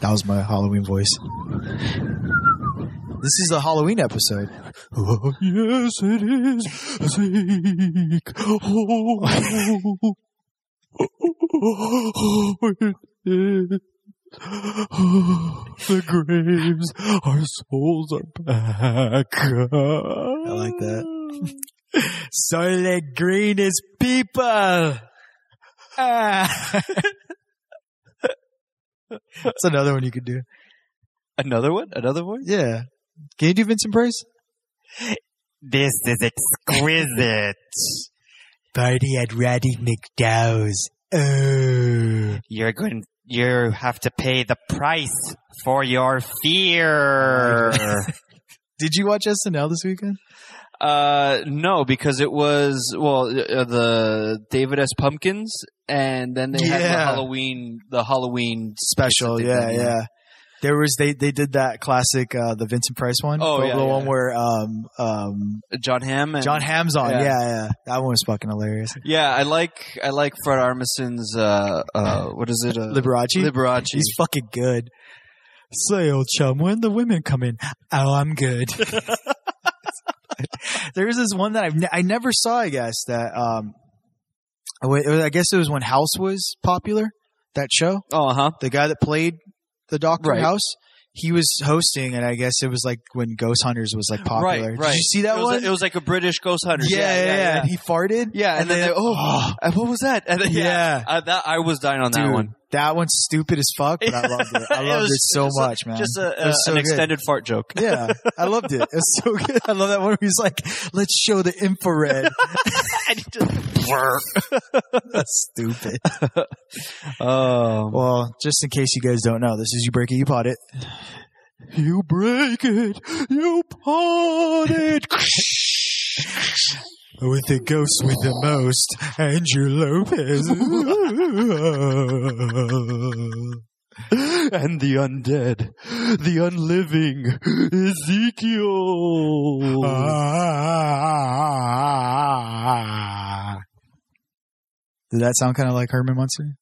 That was my Halloween voice. This is a Halloween episode. Oh, yes, it is. Zeke. Oh, oh, it is. the graves, our souls are back. I like that. Soy green is people. That's another one you could do. Another one? Another voice? Yeah. Can you do Vincent Price? This is exquisite. Party at Ratty McDowell's. Oh. You're going. You have to pay the price for your fear. Did you watch SNL this weekend? uh, no, because it was well uh, the David S. Pumpkins, and then they had the Yeah. Halloween, the Halloween Special, piece that yeah, they did. yeah. There was they they did that classic uh the Vincent Price one. Oh, the, yeah, the yeah. one where um um John Hamm. And, John Hamm's on. yeah. Yeah. yeah, That one was fucking hilarious. Yeah, I like I like Fred Armisen's. Uh, uh, what is it? Uh, Liberace. Liberace. He's fucking good. Say, old chum, when the women come in, oh, I'm good. there was this one that I've ne- I never saw. I guess that um, I wa- it was- I guess it was when House was popular. That show, oh, huh. the guy that played the Doctor Right. House, he was hosting, and I guess it was like when Ghost Hunters was like popular. Right, right. Did you see that it was, one? It was like a British ghost hunter. yeah, yeah, yeah, And he farted. Yeah, and, then, they- oh, uh, what was that? And then- yeah, Yeah. Uh, that I was dying on that Dude, one. That one's stupid as fuck, but I loved it. I It loved it, was so just a- much, man. Just It a, was uh, so an good. extended fart joke. Yeah, I loved it. It's so good. I love that one. Where he's like, "Let's show the infrared." And it just- That's stupid. Um, Well, just in case you guys don't know, this is you break it, you pot it. You break it, you pot it. with the ghost with the most, Andrew Lopez, and the undead, the unliving Ezekiel. Ah. Did that sound kind of like Herman Munster?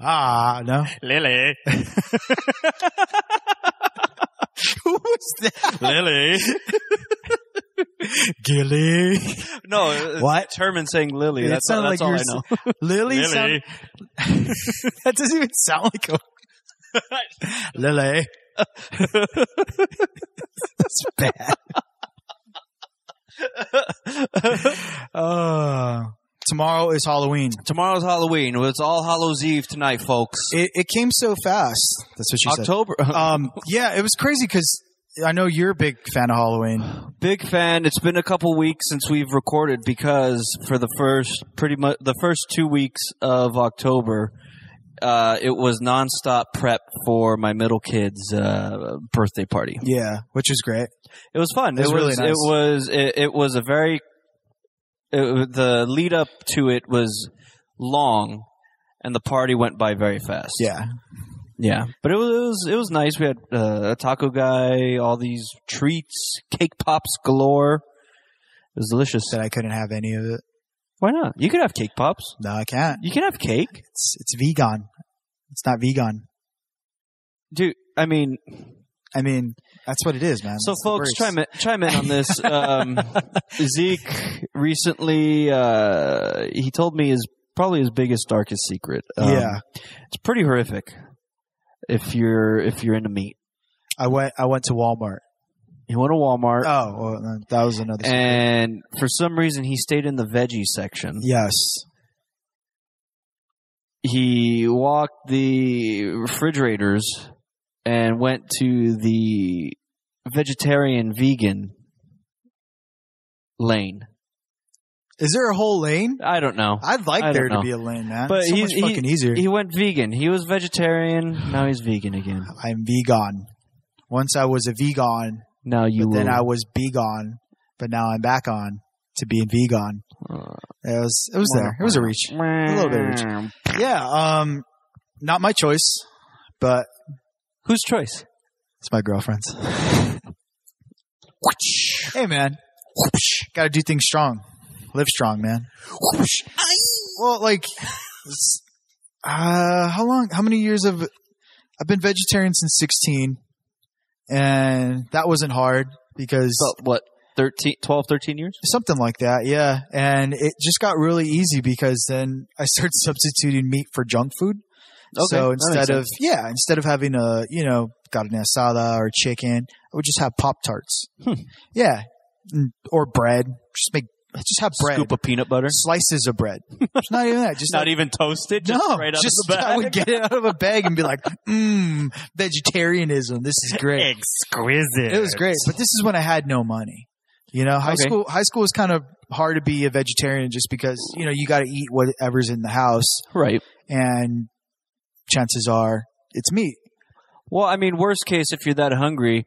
Ah, no. Lily, Who was that? Lily. Gilly. No, it's What? Herman saying Lily. It that's all, sounded that's like all you I know. Lily. sound- that doesn't even sound like a. Lily. That's bad. Uh, tomorrow is Halloween. Tomorrow's Halloween. It's All Hallows Eve tonight, folks. It, it came so fast. That's what she said. October. Um, yeah, it was crazy because I know you're a big fan of Halloween. Big fan. It's been a couple weeks since we've recorded because for the first pretty much the first two weeks of October, uh, it was nonstop prep for my middle kid's uh, birthday party. Yeah, which is great. It was fun. It was really nice. It was. It, it was a very. It, the lead up to it was long, and the party went by very fast. Yeah. yeah. But it was it was, it was nice. We had uh, a taco guy, all these treats, cake pops galore. It was delicious. Said I couldn't have any of it. Why not? You can have cake pops. No, I can't. You can have cake, It's it's vegan. It's not vegan. dude. I mean, I mean, that's what it is, man. so It's the folks, worst. chime in, chime in on this. Um, Zeke recently, uh, he told me his probably his biggest darkest secret. Um, yeah, it's pretty horrific. If you're if you're into meat, I went. I went to Walmart. he went to Walmart, Oh, well, that was another. and for some reason he stayed in the veggie section. yes, he walked the refrigerators and went to the vegetarian vegan lane. is there a whole lane? I don't know. I'd like I don't there know. to be a lane, man. But It's so he- much he- fucking easier. He went vegan. He was vegetarian. Now he's vegan again. I'm vegan. Once I was a vegan, Now you but will. then I was begon, but now I'm back on to being vegan. Uh, It was. It was there. It was a reach. a little bit of Yeah. Um, not my choice, but Whose choice? it's my girlfriend's. Hey, man. Got to do things strong. Live strong, man. Well, like, it's- uh, how long? How many years have I've been vegetarian since sixteen, and that wasn't hard because About, what 13, 12, 13 years? something like that. Yeah, and it just got really easy because then I started substituting meat for junk food. so that makes instead of sense. yeah, instead of having a you know got an asada or chicken, I would just have pop tarts. Hmm. Yeah, Mm, or bread. Just make just have bread. scoop of peanut butter, Slices of bread. It's not even that. Just not like- even toasted, just no, right out just of the bag. I would get it out of a bag and be like, mmm, vegetarianism. This is great. Exquisite. It was great, but this is when I had no money. You know, high Okay. school high school was kind of hard to be a vegetarian just because you know you got to eat whatever's in the house, Right. and chances are it's meat. Well, I mean, worst case, if you're that hungry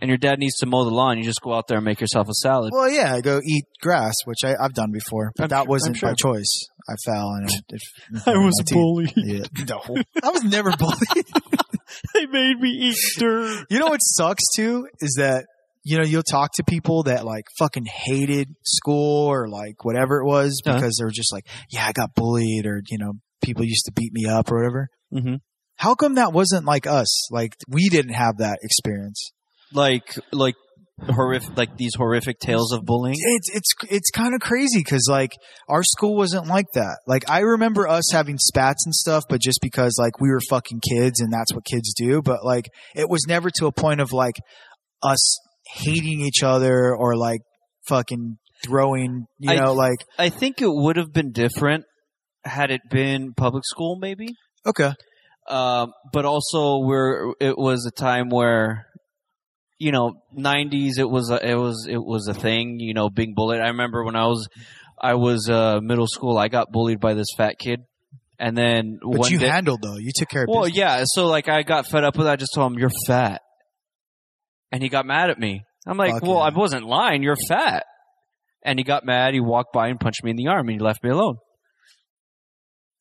and your dad needs to mow the lawn, you just go out there and make yourself a salad. Well, yeah, I go eat grass, which I, I've done before, but I'm that sure- wasn't I'm sure. by choice. I fell and it, it, my teeth. bullied. Yeah. No, I was never bullied. they made me eat dirt. you know what sucks too is that you know you'll talk to people that like fucking hated school or like whatever it was Uh-huh. because they're just like yeah i got bullied or you know people used to beat me up or whatever Mhm. how come that wasn't like us like we didn't have that experience Like, like horrific, like these horrific tales of bullying. it's it's it's kind of crazy because like our school wasn't like that like i remember us having spats and stuff but just because like we were fucking kids and that's what kids do but like it was never to a point of like us hating each other or like fucking throwing you I- know like I think it would have been different had it been public school, maybe. okay Um, but also where it was a time where you know 90s it was a, it was it was a thing you know being bullied i remember when i was i was uh middle school i got bullied by this fat kid and then but one you day handled though you took care of well business. yeah so like i got fed up with it i just told him you're fat and he got mad at me i'm like Fuck well yeah. i wasn't lying you're fat and he got mad he walked by and punched me in the arm and he left me alone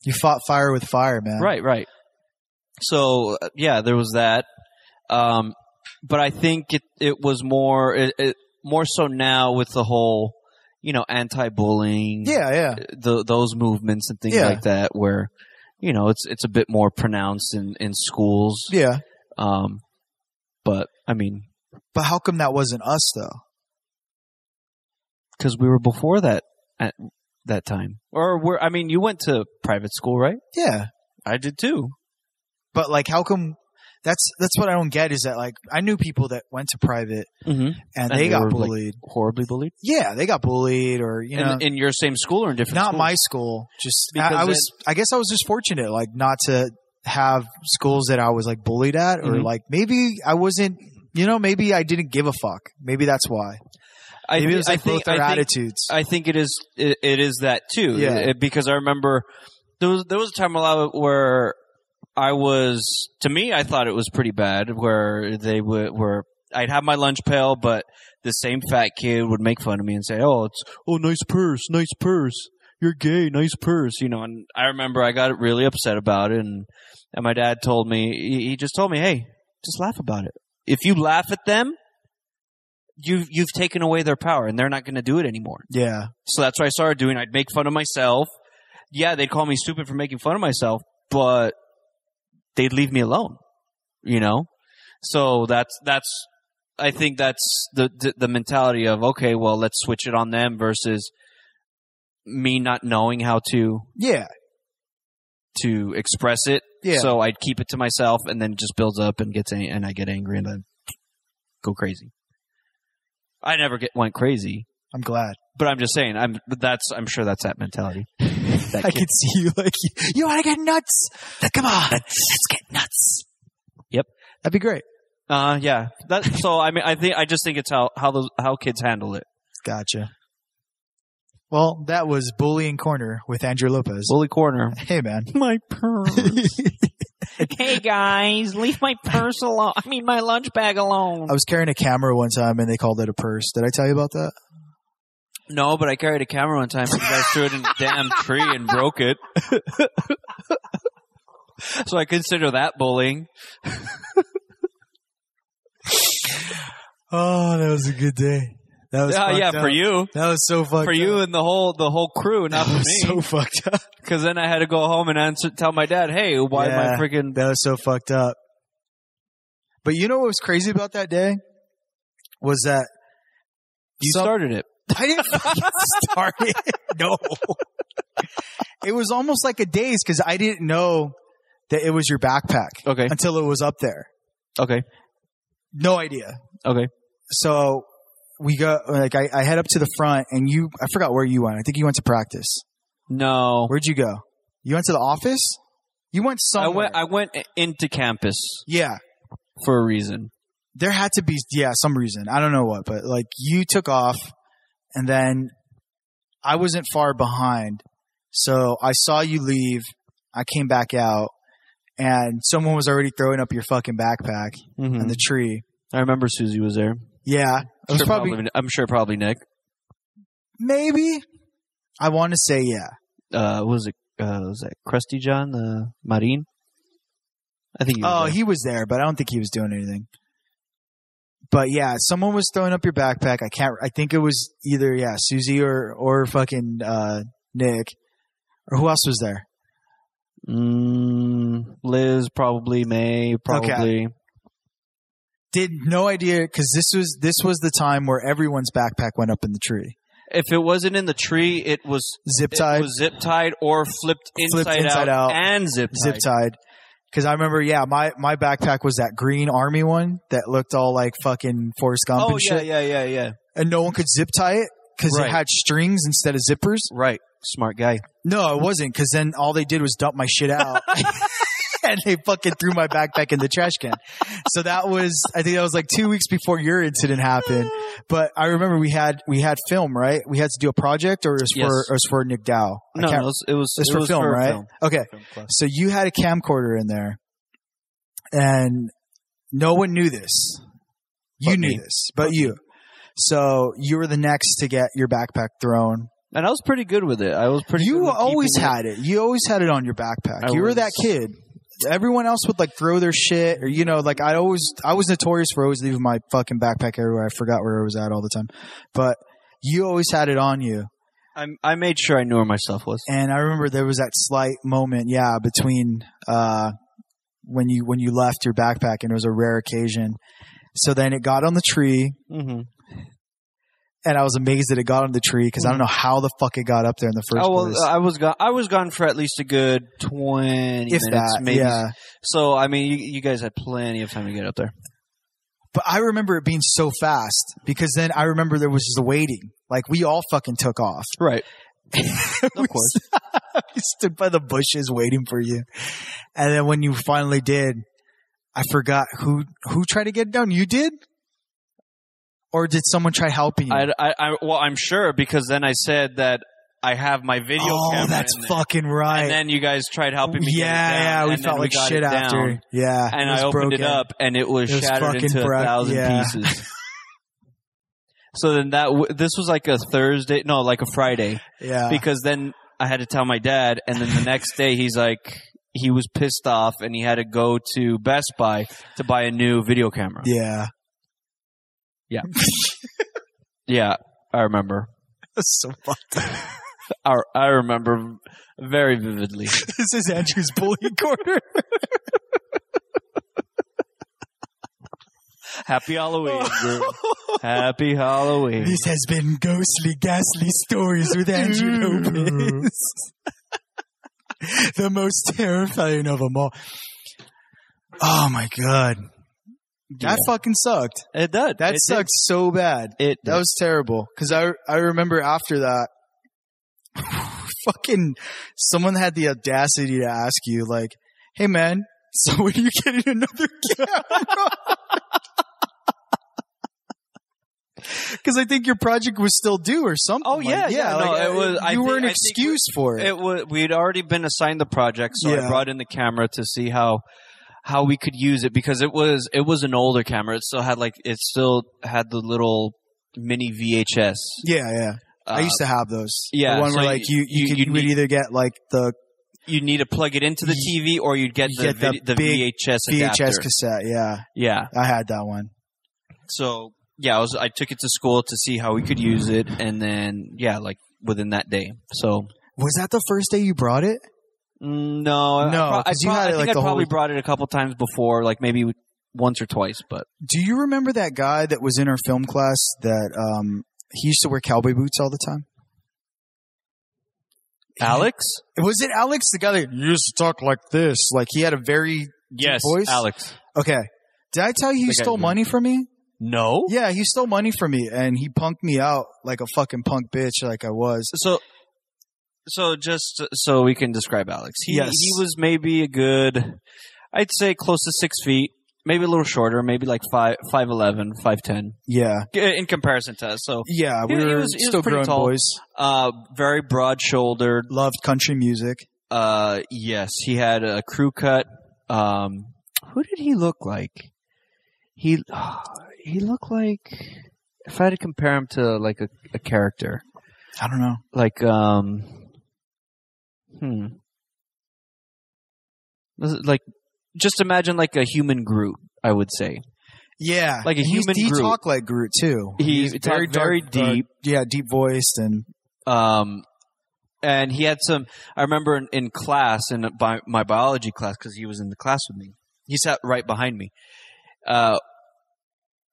you fought fire with fire man Right, right. So uh, yeah, there was that. Um, but I think it it was more it, it, more so now with the whole you know anti-bullying, yeah yeah the, those movements and things Yeah. like that, where you know it's it's a bit more pronounced in in schools. yeah Um, but I mean, but how come that wasn't us though because we were before that at that time, or were I mean, you went to private school, right? yeah I did too. but like how come that's that's what I don't get is that like I knew people that went to private Mm-hmm. and, And they, they got were, like, bullied. Horribly bullied. yeah, they got bullied or you know in, in your same school or in different? not schools? my school. Just I- Because I, was I guess I was just fortunate like not to have schools that I was like bullied at or Mhm. like maybe I wasn't you know maybe I didn't give a fuck. Maybe that's why. I, Maybe thi- it was I like think, both our I think- attitudes. I think it is. It, it is that too. Yeah. It- because I remember there was there was a time a lot where I was to me I thought it was pretty bad where they would were I'd have my lunch pail but the same fat kid would make fun of me and say oh it's oh nice purse nice purse you're gay nice purse you know and I remember I got really upset about it and and my dad told me he, he just told me hey just laugh about it if you laugh at them. You've you've taken away their power, and they're not going to do it anymore. yeah. So that's what I started doing. I'd make fun of myself. Yeah, they'd call me stupid for making fun of myself, but they'd leave me alone. You know? So that's that's I think that's the the, the mentality of okay, well, let's switch it on them versus me not knowing how to Yeah. to express it. Yeah. So I'd keep it to myself and then it just builds up and gets an- and I get angry and then go crazy. I never get went crazy. I'm glad. But I'm just saying, I'm that's I'm sure that's that mentality. That I kid- could see you like you want to get nuts. Come on. Let's get nuts. Yep. That'd be great. uh, yeah. That so I mean I think I just think it's how how those how kids handle it. Gotcha. Well, that was Bullying Corner with Andrew Lopez. Bully corner. hey, man. My purse. hey guys, leave my purse alone. I mean my lunch bag alone. I was carrying a camera one time and they called it a purse. Did I tell you about that? No, but I carried a camera one time. and You guys threw it in a damn tree and broke it. so I consider that bullying. Oh, that was a good day. That was Yeah, fucked Uh, yeah, up. for you, That was so fucked for you up. and the whole the whole crew, not That for me. was so fucked up. Because then I had to go home and answer, tell my dad, "Hey, why Yeah. am I freaking?" That was so fucked up. But you know what was crazy about that day? Was that You some- started it. I didn't fucking start it. No. It was almost like a daze because I didn't know that it was your backpack Okay, until it was up there. okay, No idea. okay. So we go, like, I, I head up to the front and you, I forgot where you went. I think you went to practice. No, Where'd you go? You went to the office? You went I somewhere. went. I went into campus yeah. for a reason. There had to be, yeah, some reason. I don't know what, but like you took off and then I wasn't far behind. So I saw you leave. I came back out and someone was already throwing up your fucking backpack Mhm. in the tree. I remember Susie was there. Yeah. Mm-hmm. It was Sure, probably, probably- I'm sure probably Nick. maybe. I want to say, yeah. Uh, what was it? Uh, was that Krusty John the Marine? I think. He was Oh, there. he was there, but I don't think he was doing anything. But yeah, someone was throwing up your backpack. I can't. I think it was either yeah, Susie or or fucking uh, Nick, or who else was there? Mm, Liz probably May probably. Did no idea because this was this was the time where everyone's backpack went up in the tree, If it wasn't in the tree, it was zip it tied, was zip tied or flipped inside, Flipped inside out. out, and zip zip tied. tied. Because I remember, yeah, my my backpack was that green army one that looked all like fucking Forrest Gump Oh yeah, and shit, yeah, yeah, yeah. and no one could zip tie it because Right. it had strings instead of zippers. Right, smart guy. No, it wasn't, because then all they did was dump my shit out. and they fucking threw my backpack in the trash can. So that was, I think that was like two weeks before your incident happened. But I remember we had, we had film, right? We had to do a project or it was Yes. for, it was for Nick Dow. I No, no, can't- it was it was, it's it for was film, for right? Film. Okay. Film class. So you had a camcorder in there and no one knew this. You But knew me. this, but you. So you were the next to get your backpack thrown. And I was pretty good with it. I was pretty. good You with always keeping it. had it. You always had it on your backpack. I you were was- that kid. Everyone else would like throw their shit, or you know, like I always, I was notorious for always leaving my fucking backpack everywhere. I forgot where it was at all the time, but you always had it on you. I, I made sure I knew where my stuff was. And I remember there was that slight moment, yeah, between uh, when you when you left your backpack, and it was a rare occasion. So then it got on the tree, Mm-hmm. and I was amazed that it got on the tree because I don't know how the fuck it got up there in the first Mm-hmm. Oh, well, place. I was gone. I was gone for at least a good twenty if minutes, that, maybe. yeah. So I mean, you, you guys had plenty of time to get up there. But I remember it being so fast because then I remember there was the waiting. Like we all fucking took off. Right. We Of course. we stood by the bushes waiting for you. And then when you finally did, I forgot who who tried to get it down. You did? Or did someone try helping you? I, I, I, well, I'm sure because then I said that I have my video oh, camera. that's in there. fucking right. And then you guys tried helping me. get it yeah, down, yeah, we and then felt like got shit it down, after. Yeah, And it was I opened it broken. up, and it was, It was shattered fucking into a broke, thousand yeah. pieces. so then that w- this was like a Thursday, no, like a Friday, Yeah, because then I had to tell my dad, and then the next day he's like, he was pissed off, and he had to go to Best Buy to buy a new video camera. yeah. yeah I remember. That's so fucked. up. I, I remember very vividly. this is Andrew's bully corner. Happy Halloween, Drew. Happy Halloween. This has been Ghostly Ghastly Stories with Andrew Lopez. the most terrifying of them all. Oh my god. That fucking sucked. it did. That it sucked so bad. Did. It That did. was terrible. Cause I, I remember after that, fucking someone had the audacity to ask you like, Hey man, so when are you getting another camera? Cause I think your project was still due or something. Oh, like- yeah, yeah, no, like, it uh, was- You I were think- an I think excuse for it. It was. We'd already been assigned the project, so Yeah. I brought in the camera to see how how we could use it because it was it was an older camera. It still had like it still had the little mini VHS. yeah, yeah. I Uh, used to have those. yeah, the one so where like you you, you- could, you you would need- either get like the you need to plug it into the TV, or you'd get You the get the vid- the, big VHS VHS adapter. cassette. Yeah, yeah. I had that one. So yeah, I was I took it to school to see how we could use it, and then yeah, like within that day. So Was that the first day you brought it? mm, no, I- No, I pro- I, 'cause you pro- had I it, think like, I the whole probably week. brought it a couple times before, like maybe once or twice, but Do you remember that guy that was in our film class that um he used to wear cowboy boots all the time? Alex. Was it Alex the guy that "You used to talk like this? Like he had a very Yes, voice? Alex. okay. Did I tell you he Think I stole do. money from me? No. Yeah, he stole money from me and he punked me out like a fucking punk bitch like I was. So, so just so we can describe Alex. He Yes. he was maybe a good, I'd say close to six feet, maybe a little shorter, maybe like five five eleven, five ten Yeah. in comparison to us. So, Yeah, we He- he were was- he was still pretty grown tall. boys. uh, very broad shouldered. Loved country music. Uh, yes, he had a crew cut. Um, who did he look like? He he looked like if I had to compare him to like a, a character. I don't know. like um hmm Was it like just imagine like a human Groot, I would say. Yeah, Like a And human He Groot. talked like Groot too. He was talked very deep. uh, yeah, deep voiced and Um and he had some I remember in, in class in bi- my biology class cuz he was in the class with me. He sat right behind me. Uh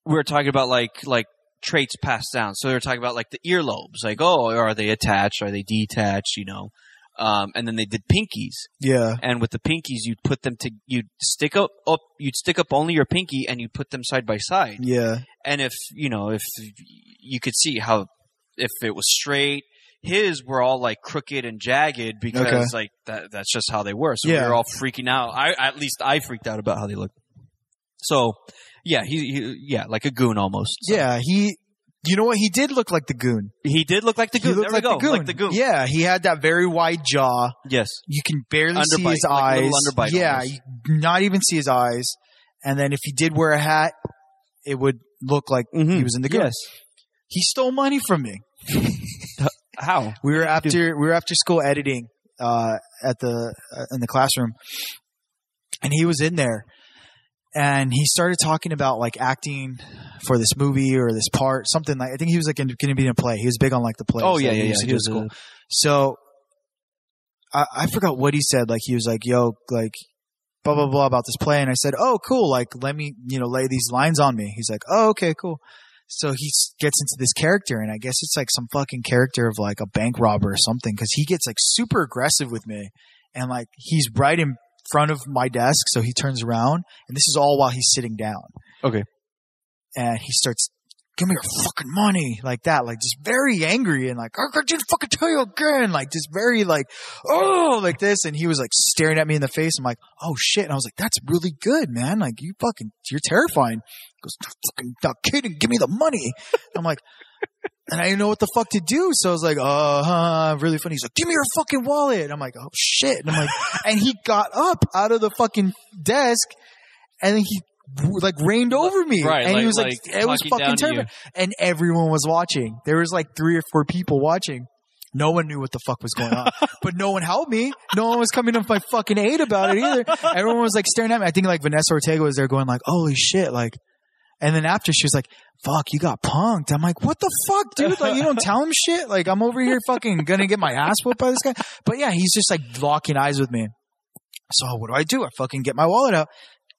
we were talking about like like traits passed down. So they were talking about like the earlobes, like oh, are they attached, are they detached, you know. Um, and then they did pinkies. yeah, and with the pinkies you'd put them to you'd stick up up you'd stick up only your pinky and you'd put them side by side yeah, and if you know if you could see how if it was straight his were all like crooked and jagged because Okay. like that that's just how they were so Yeah. we were all freaking out i at least i freaked out about how they looked so yeah he, he yeah like a goon almost So- yeah. He, you know what? He did look like the goon. he did look like the he goon looked there we like go the goon. like the goon Yeah, he had that very wide jaw. yes You can barely see Underbite, his like a eyes. little underbite yeah, almost. you not even see his eyes. And then if he did wear a hat, it would look like Mhm. he was in Mm-hmm. the goon. yes He stole money from me. how We were after we were after school editing uh, at the uh, in the classroom, and he was in there, and he started talking about like acting for this movie or this part, something like I think he was like going to be in a play. He was big on like the play. oh yeah yeah yeah He he was was cool. a- So I, I forgot what he said. Like he was like, "Yo, like." Blah blah blah about this play, and I said, "Oh, cool! Like, let me, you know, lay these lines on me." He's like, "Oh, okay, cool." so he s- gets into this character and i guess it's like some fucking character of like a bank robber or something because he gets like super aggressive with me and like he's right in front of my desk so he turns around and this is all while he's sitting down Okay. and he starts give me your fucking money like that like just very angry and like i didn't fucking tell you again like just very like oh like this and he was like staring at me in the face i'm like oh shit and i was like that's really good man like you fucking you're terrifying he goes "No fucking not kidding give me the money i'm like and i didn't know what the fuck to do so i was like uh huh really funny he's like give me your fucking wallet and i'm like oh shit and i'm like and he got up out of the fucking desk and then he like reigned over me right and like, he was like, it was talking fucking down to you. terrible and everyone was watching. There was like three or four people watching. No one knew what the fuck was going on, but no one helped me. No one was coming to my fucking aid about it either. Everyone was like staring at me. I think like Vanessa Ortega was there going like, "Holy shit!" Like, and then after she was like, "Fuck, you got punked." I'm like, "What the fuck, dude? Like, you don't tell him shit. Like, I'm over here fucking gonna get my ass whooped by this guy." But yeah, he's just like locking eyes with me. So what do I do? I fucking get my wallet out.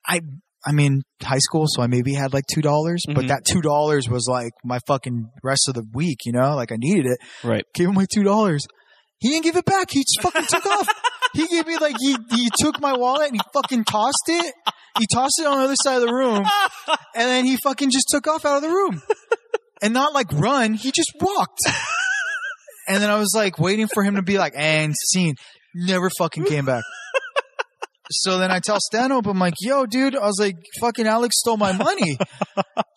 I I mean, high school, so I maybe had like two dollars, but Mhm. that two dollars was like my fucking rest of the week, you know? Like I needed it. right Gave him my two dollars. He didn't give it back. He just fucking took off. He gave me like he he took my wallet and he fucking tossed it. He tossed it on the other side of the room, and then he fucking just took off out of the room, and not like run. He just walked. And then I was like waiting for him to be like and scene. Never fucking came back. So then I tell Stanhope, I'm like, yo, dude, I was like, fucking Alex stole my money.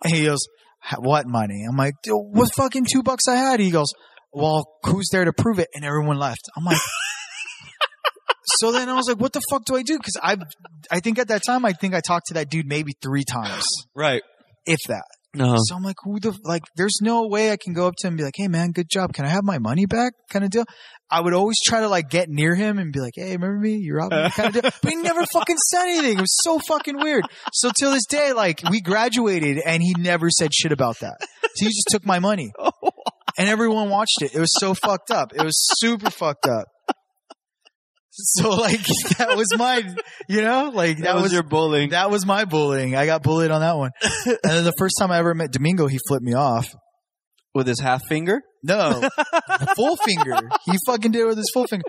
and he goes, "Ha- what money? I'm like, "Dude, what fucking two bucks I had? He goes, well, who's there to prove it? And everyone left. I'm like, so then I was like, what the fuck do I do? Cause I, I think at that time, I think I talked to that dude maybe three times, right if that. No. So I'm like, who the like? There's no way I can go up to him and be like, "Hey, man, good job. Can I have my money back?" Kind of deal. I would always try to like get near him and be like, "Hey, remember me? You robbed me." Kind of deal. But he never fucking said anything. It was so fucking weird. So till this day, like we graduated, and he never said shit about that. So he just took my money, and everyone watched it. It was so fucked up. It was super fucked up. So like that was my, you know, like that, was your bullying. that was my bullying. I got bullied on that one. and then the first time I ever met Domingo, he flipped me off. With his half finger? No, full finger. He fucking did it with his full finger.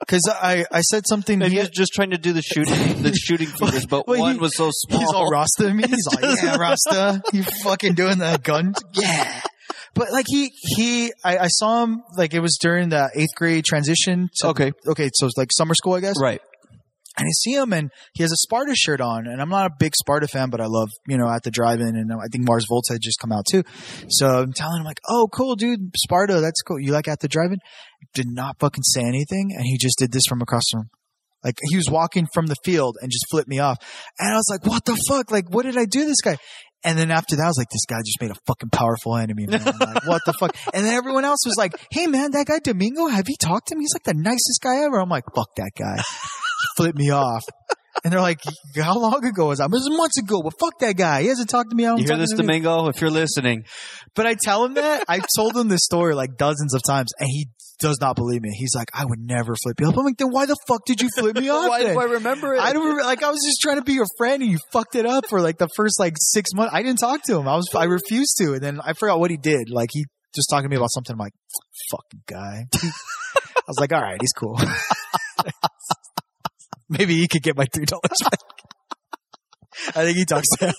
Because I, I said something. And He, he was just trying to do the shooting, the shooting fingers, but Well, he- one was so small. he's all Rasta to me. He's like, yeah, Rasta. You fucking doing that gun? Yeah. But like he, he, I, I saw him like it was during the eighth grade transition. To, Okay. Okay. So it's like summer school, I guess. Right. and I see him and he has a Sparta shirt on and I'm not a big Sparta fan, but I love, you know, at the drive-in and I think Mars Volta had just come out too. So I'm telling him like, Oh, cool, dude. Sparta. That's cool. You like at the drive-in? Did not fucking say anything. And he just did this from across the room. Like he was walking from the field and just flipped me off. And I was like, what the fuck? Like, what did I do to this guy? And then after that, I was like, this guy just made a fucking powerful enemy, man. I'm like, what the fuck? And then everyone else was like, hey man, that guy Domingo, have you talked to him? He's like the nicest guy ever. I'm like, fuck that guy. Flip me off. And they're like, how long ago was I? It was months ago, but fuck that guy. He hasn't talked to me. I don't You hear talk this, to him. Domingo? If you're listening, But I tell him that. I've told him this story like dozens of times and he does not believe me. He's like, I would never flip you up. I'm like, then why the fuck did you flip me off? then? remember I don't remember, like I was just trying to be your friend and you fucked it up for like the first like six months. I didn't talk to him. I was I refused to, and then I forgot what he did. Like he just talked to me about something. I'm like, fucking guy. I was like, all right, he's cool. Maybe he could get my three dollars back. I think he talks to him.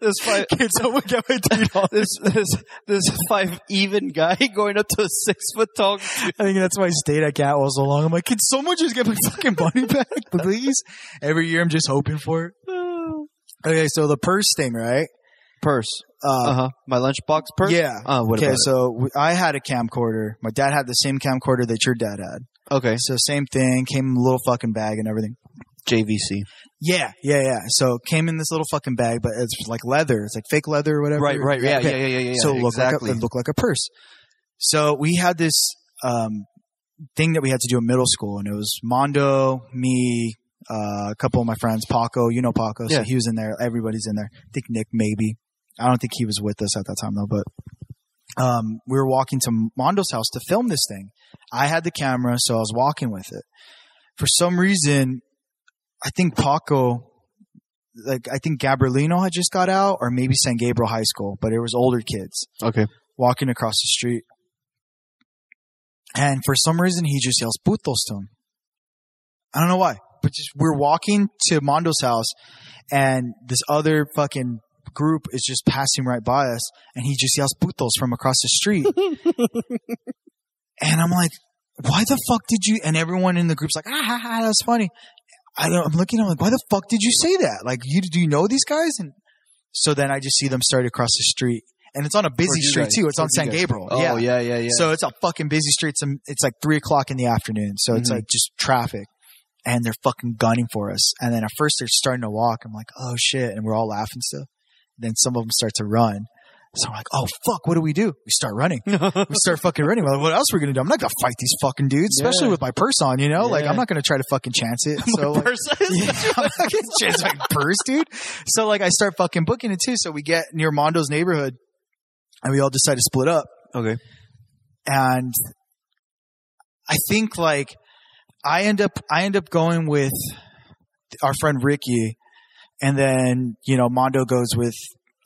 this five, Can someone get my three dollars? this this this five even guy going up to a six foot tall. I think that's why I stayed at Catwall so long. I'm like, can someone just get my fucking money back, please? Every year, I'm just hoping for it. Okay, so the purse thing, right? Purse. Uh, Uh huh. My lunchbox purse. Yeah. Uh, what Okay, about so w- I had a camcorder. My dad had the same camcorder that your dad had. it? Okay. So same thing, came in a little fucking bag and everything. JVC. Yeah, yeah, yeah. So came in this little fucking bag, but it's like leather. It's like fake leather or whatever. Right. Right. Yeah. Okay. Yeah. Yeah. Yeah. yeah so it looked, exactly. like a, it looked like a purse. So we had this um, thing that we had to do in middle school, and it was Mondo, me, uh, a couple of my friends, Paco. You know Paco, so Yeah. he was in there. Everybody's in there. I think Nick maybe. I don't think he was with us at that time though, but um, we were walking to Mondo's house to film this thing. I had the camera, so I was walking with it. For some reason, I think Paco like I think Gabrielino had just got out, or maybe San Gabriel High School, but it was older kids okay. walking across the street. And for some reason, he just yells putos to him. I don't know why, but just we're walking to Mondo's house, and this other fucking group is just passing right by us, and he just yells putos from across the street. and I'm like, why the fuck did you? And everyone in the group's like, ah, ha, ha, that's funny. I don't, I'm looking, I'm like, why the fuck did you say that? Like, you do you know these guys? And so then I just see them start across the street, and it's on a busy you street guys. too. It's For on you San guys. Gabriel. Oh yeah. Yeah. Yeah. So it's a fucking busy street. It's, it's like three o'clock in the afternoon. So it's Mhm. like just traffic and they're fucking gunning for us. And then at first they're starting to walk. I'm like, oh shit. And we're all laughing stuff. Then some of them start to run. So I'm like, oh fuck, what do we do? We start running. We start fucking running. We're like, what else are we gonna do? I'm not gonna fight these fucking dudes, especially Yeah. with my purse on, you know? Like Yeah. I'm not gonna try to fucking chance it. So like, yeah, I'm like, it's just my purse, dude. So like I start fucking booking it too. So we get near Mondo's neighborhood and we all decide to split up okay. and I think like I end up I end up going with our friend Ricky, and then you know Mondo goes with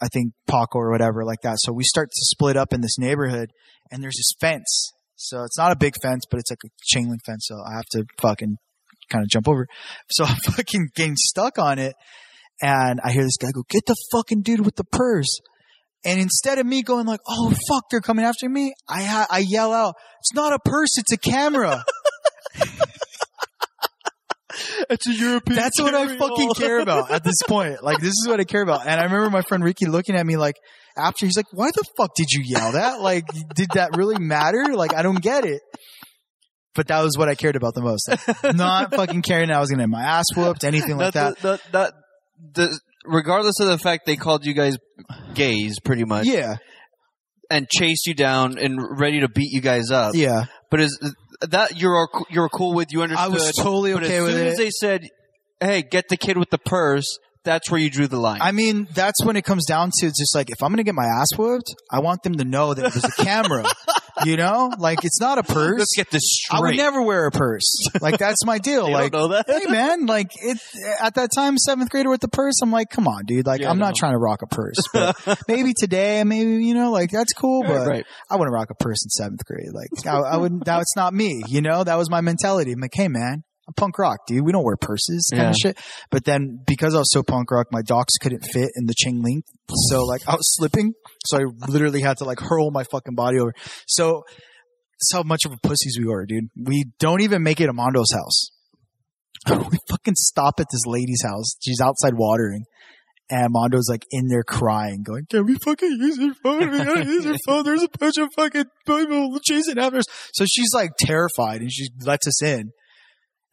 I think Paco or whatever like that. So we start to split up in this neighborhood, and there's this fence. So it's not a big fence, but it's like a chain link fence. So I have to fucking kind of jump over. So I'm fucking getting stuck on it, and I hear this guy go, "Get the fucking dude with the purse." And instead of me going like, "Oh fuck, they're coming after me," I ha- I yell out, "It's not a purse, it's a camera." It's a European. That's what I fucking care about at this point. Like this is what I care about. And I remember my friend Ricky looking at me like after he's like, "Why the fuck did you yell that? Like, did that really matter? Like, I don't get it." But that was what I cared about the most. Not fucking caring that I was gonna have my ass whooped, anything like that. The, the, regardless of the fact they called you guys gays pretty much yeah, and chased you down and ready to beat you guys up. yeah. But is that you're all- you're cool with? You understood. I was totally but okay as with soon it. as they said, "Hey, get the kid with the purse," that's where you drew the line. I mean, that's when it comes down to it's just like if I'm gonna get my ass whooped, I want them to know that it was a camera. you know, like it's not a purse. Let's get this I straight. would never wear a purse. Like that's my deal. You like, don't know that. hey man, like it at that time, seventh grader with the purse. I'm like, come on, dude. Like Yeah, I'm no. not trying to rock a purse. But maybe today, maybe you know, like that's cool, but right. I wouldn't rock a purse in seventh grade. Like I, I wouldn't. That's not me. You know, that was my mentality. I'm like, hey man. I'm Punk rock, dude. We don't wear purses, kind Yeah. of shit. But then, because I was so punk rock, my docs couldn't fit in the chain link, so like I was slipping. So I literally had to like hurl my fucking body over. So that's how much of a pussies we were, dude. We don't even make it to Mondo's house. we fucking stop at this lady's house. She's outside watering. And Mondo's like in there crying, going, Can we fucking use your phone? We gotta use your phone. There's a bunch of fucking people chasing after us. So she's like terrified and she lets us in.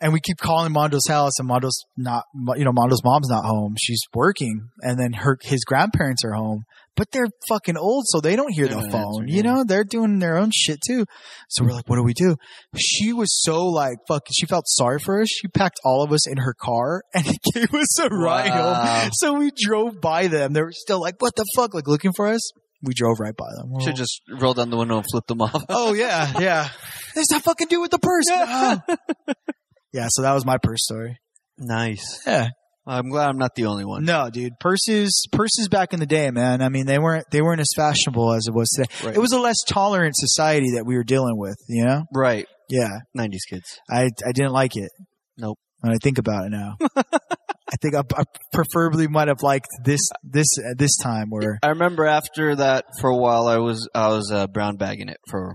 And we keep calling Mondo's house and Mondo's not, you know, Mondo's mom's not home. She's working. And then her, his grandparents are home, but they're fucking old. So they don't hear They're the not phone. answering, You yeah. know, they're doing their own shit too. So we're like, what do we do? She was so like, fuck, she felt sorry for us. She packed all of us in her car and gave us a ride home. Wow. So we drove by them. They were still like, what the fuck? Like looking for us. We drove right by them. We're Should all- just roll down the window and flip them off. oh yeah, yeah. There's that fucking dude with the purse. Yeah. Oh. yeah, so that was my purse story. nice. Yeah. I'm glad I'm not the only one. No, dude, purses purses back in the day, man. I mean, they weren't they weren't as fashionable as it was today. Right. It was a less tolerant society that we were dealing with, you know? right. Yeah. 90s kids. I I didn't like it. Nope. When I think about it now, I think I, I preferably might have liked this this uh, this time where I remember after that for a while I was I was uh, brown bagging it for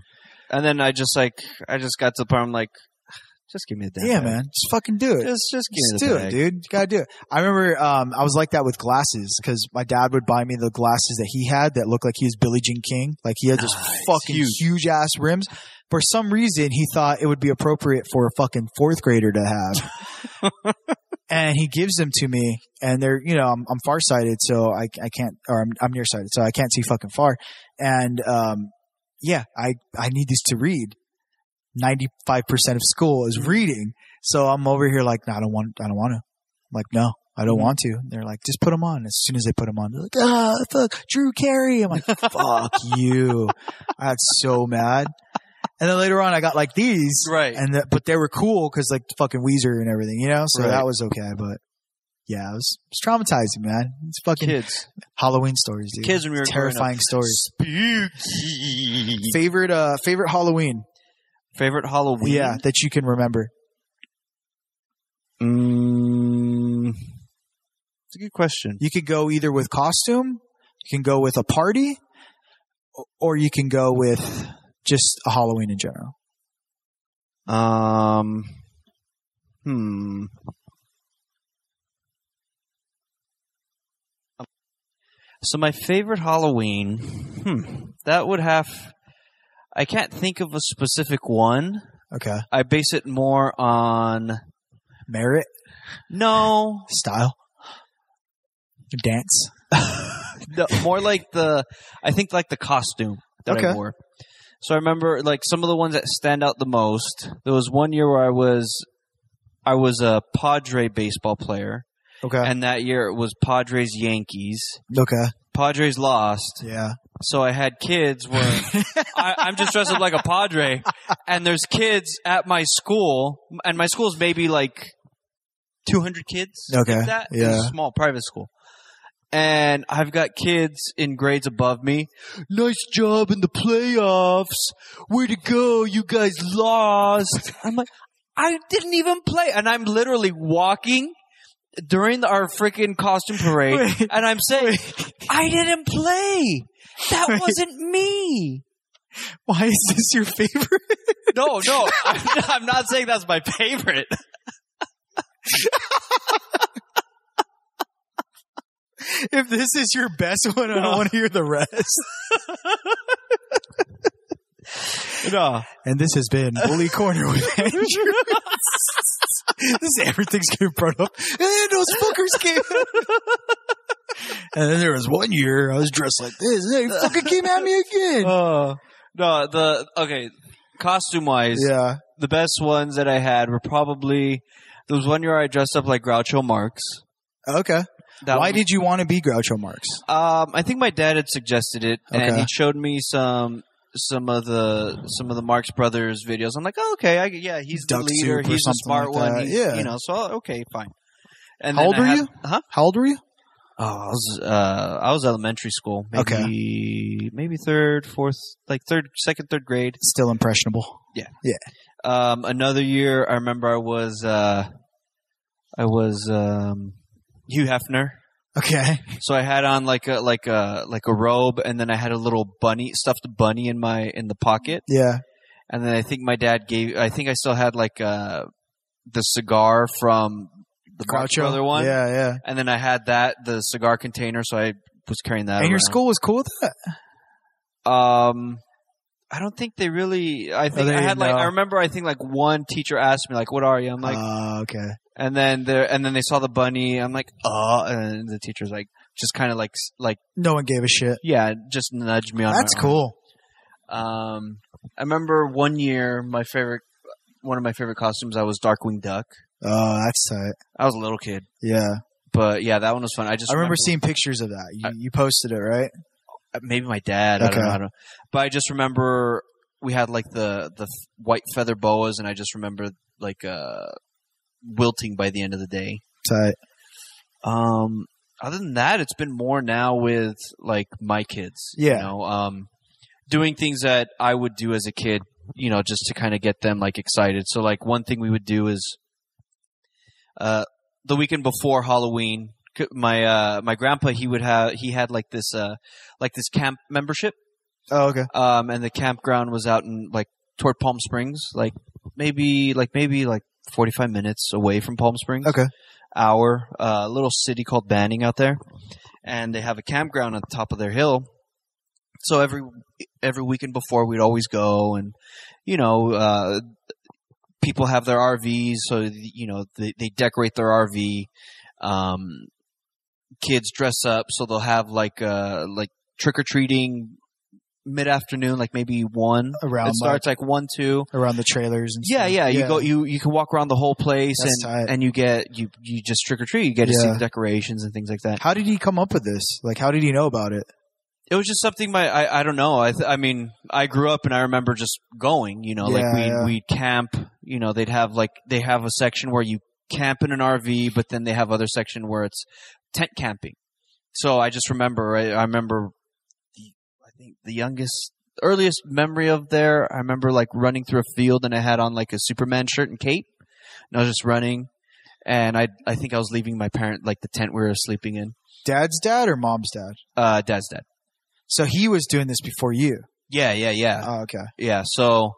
and then I just like I just got to the part I'm like just give me a damn yeah, bag. man, just fucking do it. Just just give Just me do the it, bag. dude. You gotta do it. I remember um, I was like that with glasses because my dad would buy me the glasses that he had that looked like he was Billie Jean King. Like he had this Nice. fucking Ah, Huge. huge. ass rims. For some reason, he thought it would be appropriate for a fucking fourth grader to have. and he gives them to me, and they're you know I'm, I'm farsighted, so I I can't or I'm I'm nearsighted, so I can't see fucking far. And um, yeah, I I need these to read. 95% of school is reading. So I'm over here like, no, I don't want, I don't want to. I'm like, no, I don't Mhm. want to. And they're like, just put them on. As soon as they put them on, they're like, ah, fuck, Drew Carey. I'm like, fuck you. I got so mad. And then later on, I got like these. Right. And the, but they were cool because like fucking Weezer and everything, you know. So Right. that was okay. But yeah, it was, it's traumatizing, man. It's fucking kids. Halloween stories, dude. Kids when we were growing up. terrifying stories. Spooky. Favorite, uh, favorite Halloween. Favorite Halloween? Yeah, that you can remember. Mm, it's a good question. You could go either with costume, you can go with a party, or you can go with just a Halloween in general. Um, hmm. So my favorite Halloween, hmm, that would have. I can't think of a specific one. Okay. I base it more on Merit, no, style, dance. the, more like the I think like the costume that I Okay. wore. So I remember like some of the ones that stand out the most. There was one year where I was I was a Padre baseball player, Okay. and that year it was Padres Yankees. okay. Padres lost, Yeah. so I had kids where I, I'm just dressed up like a Padre, and there's kids at my school, and my school's maybe like 200 kids. if Okay, that It's a yeah. small private school. And I've got kids in grades above me. Nice job in the playoffs. Way to go. You guys lost. I'm like, I didn't even play. And I'm literally walking during the, our freaking costume parade. Wait. and I'm saying, I didn't play. That Wait. wasn't me. Why is this your favorite? No, no, I'm, I'm not saying that's my favorite. If this is your best one, I don't want to hear the rest. No, And this has been Bully Corner with Andrew. this is everything's getting brought up. And those fuckers came. And then there was one year I was dressed like this. And they fucking came at me again. Uh, no, the okay, costume wise, yeah. the best ones that I had were probably there was one year I dressed up like Groucho Marx. Okay. That Why was- did you want to be Groucho Marx? um, I think my dad had suggested it, and Okay. he showed me some some of the some of the Marx Brothers videos. I'm like, oh, okay, I, yeah, he's Duck the leader, soup or he's the something smart like one, that, he's, yeah. you know. So okay, fine. And How then old I were had- you? Huh? How old were you? Oh, I was uh, I was elementary school, maybe maybe third, fourth, like third, second, third grade. Still impressionable. Um, another year, I remember I was uh, I was um, Hugh Hefner. Okay. So I had on like a like a like a robe, and then I had a little bunny stuffed bunny in my in the pocket, Yeah. and then I think my dad gave. I think I still had like uh, the cigar from the Marx Groucho. Brother one, Yeah, yeah. and then I had that the cigar container. So I was carrying that. and your around. school was cool with that? Um, I don't think they really. I think Oh, they I had didn't like know. I remember. I think like one teacher asked me like, "What are you?" I'm like, Ah, okay. and then there, and then they saw the bunny. I'm like, "Uh," and the teacher's like, just kind of like, s- like No one gave a shit. yeah, just nudged me on. my That's arm. cool. Um, I remember one year, my favorite, one of my favorite costumes, I was Darkwing Duck. Oh, that's tight. I was a little kid, Yeah. but yeah, that one was fun. I just I remember seeing pictures of that. You, you posted it, right? maybe my dad. I Okay. don't know. I don't, but I just remember we had like the the f- white feather boas, and I just remember like uh, wilting by the end of the day. Tight. Um, other than that, it's been more now with like my kids. Yeah. You know, um, doing things that I would do as a kid, you know, just to kind of get them like excited. So like one thing we would do is, uh, the weekend before Halloween, c- my, uh, my grandpa, he would have, he had like this, uh, like this camp membership. Oh, okay. Um, and the campground was out in like toward Palm Springs, like maybe, like maybe like 45 minutes away from Palm Springs Okay. hour, a little city called Banning out there, and they have a campground at the top of their hill. So every every weekend before, we'd always go, and you know, uh, people have their RVs, so you know they, they decorate their RV. Um, kids dress up, so they'll have like uh, like trick or treating mid afternoon, like maybe one. Around it starts like one two. like, around the trailers and Yeah, stuff. yeah. You go. You you can walk around the whole place, That's and tight. and you get you you just trick or treat. You get to see Yeah. the decorations and things like that. How did he come up with this? Like, how did he know about it? It was just something. My I, I don't know. I th- I mean I grew up and I remember just going. You know, like Yeah, we yeah. we'd camp. You know, they'd have like they have a section where you camp in an RV, but then they have other section where it's tent camping. So I just remember. I, I remember. The, I think the youngest. Earliest memory of there, I remember like running through a field and I had on like a Superman shirt and cape. and I was just running, and I I think I was leaving my parent like the tent we were sleeping in. Dad's dad or mom's dad? Uh, dad's dad. So he was doing this before you. Yeah, yeah, yeah, Oh, okay. yeah. So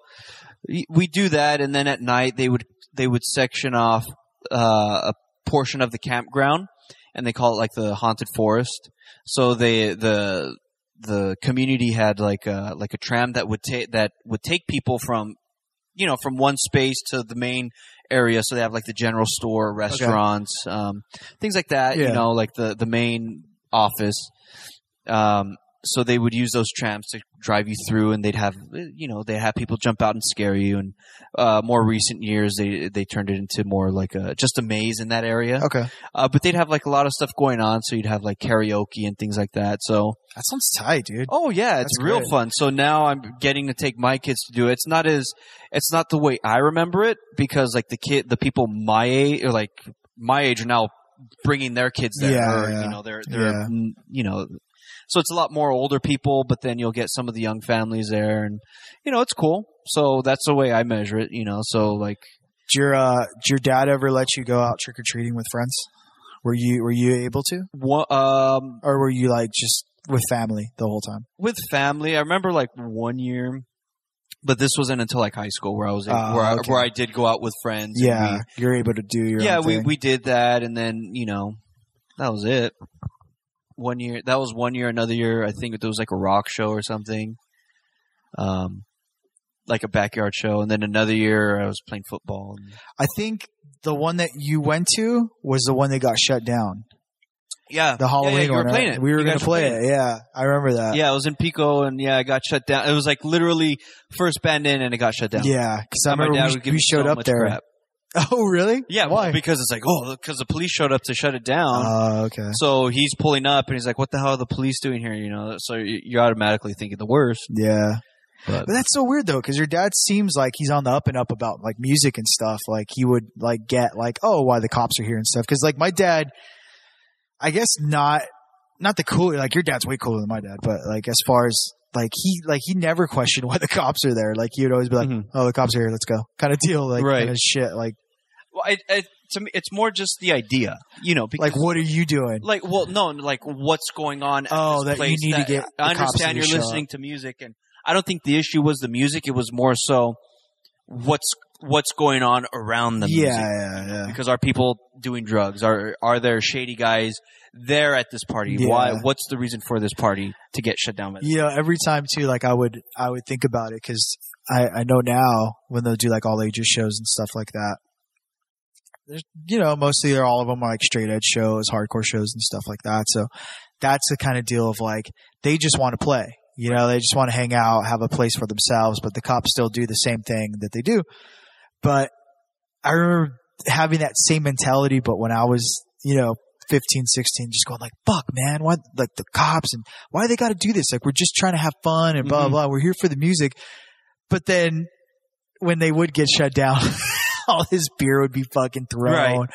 y- we do that, and then at night they would they would section off uh, a portion of the campground, and they call it like the haunted forest. So they the the community had like a like a tram that would take that would take people from you know from one space to the main area so they have like the general store restaurants um, things like that you Yeah. know like the the main office um, so they would use those trams to drive you through and they'd have eh, you know they have people jump out and scare you and uh, more recent years they they turned it into more like a just a maze in that area Okay. uh, but they'd have like a lot of stuff going on so you'd have like karaoke and things like that so That sounds tight, dude. Oh yeah, it's That's real great. fun. So now I'm getting to take my kids to do it. It's not as it's not the way I remember it because like the kid the people my age or like my age are now bringing their kids there Yeah, or, yeah. you know they're they're Yeah. mm, you know so it's a lot more older people but then you'll get some of the young families there and you know it's cool. So that's the way I measure it, you know. So like Did your uh, did your dad ever let you go out trick or treating with friends? Were you were you able to, one, um or were you like just with family the whole time? with family. I remember like one year, but this wasn't until like high school where I was able, Ah, where I, okay. where I did go out with friends. and Yeah, you're able to do your we, yeah, own we thing. we did that, and then you know that was it. One year, that was one year. Another year, I think it was like a rock show or something, um, like a backyard show. And then another year, I was playing football. And, I think the one that you went to was the one that got shut down. Yeah. the Halloween yeah, you were one. right? playing it. We were You going guys to were play playing it. Yeah, I remember that. Yeah, I was in Pico and yeah, I got shut down. It was like literally first band in and it got shut down. Yeah, because I And my dad remember would we, give we me so showed up much there. crap. Oh, really? Yeah, Why? well, because it's like, oh, because the police showed up to shut it down. Oh, okay. So he's pulling up and he's like, "What the hell are the police doing here?" You know, so y- you're automatically thinking the worst. Yeah. But But that's so weird though, because your dad seems like he's on the up and up about like music and stuff. Like he would like get like, oh, why the cops are here and stuff. Because like my dad, I guess not, not the cooler. Like your dad's way cooler than my dad, but like as far as like he like he never questioned why the cops are there. Like he would always be like, Mhm. Mm-hmm. oh, the cops are here, let's go, kind of deal, like Right. kind of shit. Like well, I, I, to me, it's more just the idea, you know, because like what are you doing? like well no like what's going on at Oh, this that you place need to get the i cops understand to you're show up. listening to music and i don't think the issue was the music it was more so what's what's going on around the yeah, music yeah, yeah. because are people doing drugs are are there shady guys there at this party Yeah. why what's the reason for this party to get shut down by this? you know every time too like i would i would think about it because I, I know now when they'll do like all ages shows and stuff like that there's you know mostly they're all of them are like straight edge shows hardcore shows and stuff like that so that's the kind of deal of like they just want to play you know they just want to hang out have a place for themselves but the cops still do the same thing that they do but i remember having that same mentality but when i was you know 15 16 just going like fuck man why like the cops and why they got to do this? Like, we're just trying to have fun and blah, Mhm. blah, blah. We're here for the music. But then when they would get shut down, all his beer would be fucking thrown, Right.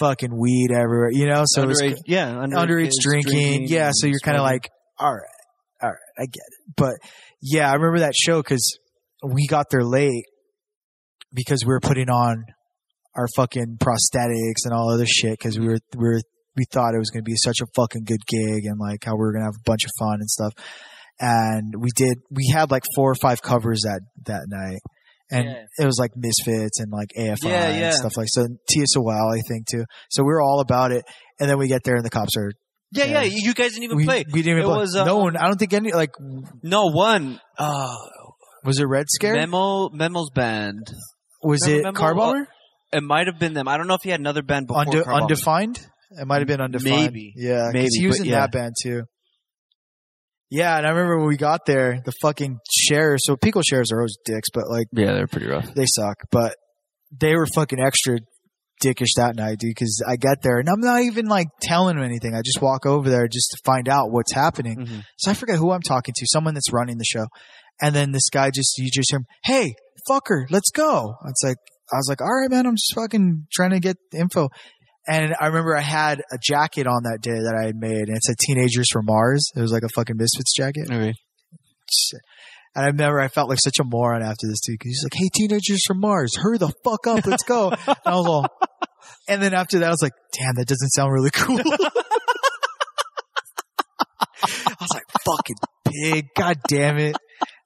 fucking weed everywhere, you know? So it underage, was yeah, underage, underage kids drinking. Yeah. and So you're kind of smoking. like, all right, all right, I get it. But yeah, I remember that show because we got there late because we were putting on our fucking prosthetics and all other shit because we were we were we thought it was going to be such a fucking good gig and like how we were going to have a bunch of fun and stuff. And we did. We had like four or five covers that that night, and Yeah. it was like Misfits and like AFI Yeah, yeah. and stuff like so. TSOL, I think too. So we were all about it. And then we get there and the cops are. yeah, yeah, Yeah. You guys didn't even we, play. we didn't even It play. was, no um, one. I don't think any. Like, No one. Uh, was it Red Scare? Memo, Memo's band. was Memo- it Memo- Carballer? It might have been them. I don't know if he had another band before. Unde- Carvalho. undefined. It might have been undefined. Maybe. Yeah, 'cause Maybe, he was but in yeah. that band too. Yeah, and I remember when we got there, the fucking sheriffs. So pickle sheriffs are always dicks, but like yeah, they're pretty rough. they suck. But they were fucking extra dickish that night, dude. Because I get there and I'm not even like telling them anything. I just walk over there just to find out what's happening. Mhm. So I forget who I'm talking to, someone that's running the show. And then this guy just, you just hear him, hey, fucker, let's go. It's like, I was like, all right, man, I'm just fucking trying to get the info. And I remember I had a jacket on that day that I had made and it said Teenagers from Mars. It was like a fucking Misfits jacket. Okay. Shit. And I remember I felt like such a moron after this too, because he's like, "Hey, teenagers from Mars, hurry the fuck up, let's go." and I was all, and then after that, I was like, "Damn, that doesn't sound really cool." I was like, "Fucking pig, god damn it!"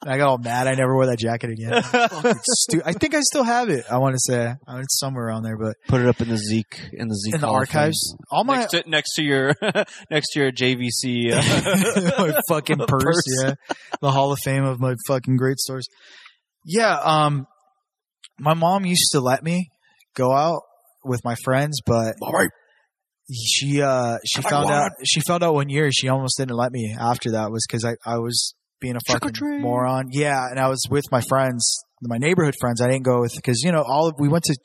And I got all mad. I never wore that jacket again. Fucking stu- I think I still have it. I want to say Uh, it's somewhere around there, but Put it up in the Zeke in the Zeke in the Hall of archives, all Fame. my next, to, next to your next to your JVC. Uh, my fucking purse, Purse. Yeah. The Hall of Fame of my fucking great stores. Yeah. Um, my mom used to let me go out with my friends, but all right. she, uh, she Come on, found go out, she found out one year she almost didn't let me after that was cause I, I was being a Trick or fucking treat. moron. Yeah. And I was with my friends, my neighborhood friends. I didn't go with, cause you know, all of, we went to,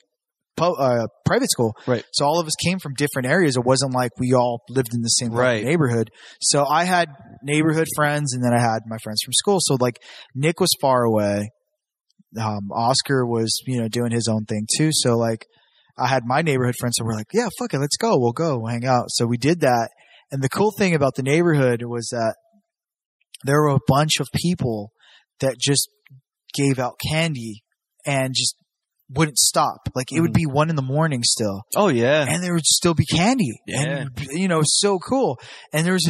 po- uh, private school, Right. So all of us came from different areas. It wasn't like we all lived in the same fucking Right. neighborhood. So I had neighborhood friends, and then I had my friends from school. So like Nick was far away. Um, Oscar was you know doing his own thing too. So like I had my neighborhood friends, and we're like, yeah, fuck it, let's go, we'll go, we'll hang out. So we did that, and the cool thing about the neighborhood was that there were a bunch of people that just gave out candy and just wouldn't stop. Like it would Mhm. be one in the morning still Oh yeah. and there would still be candy. Yeah. And you know, so cool. And there was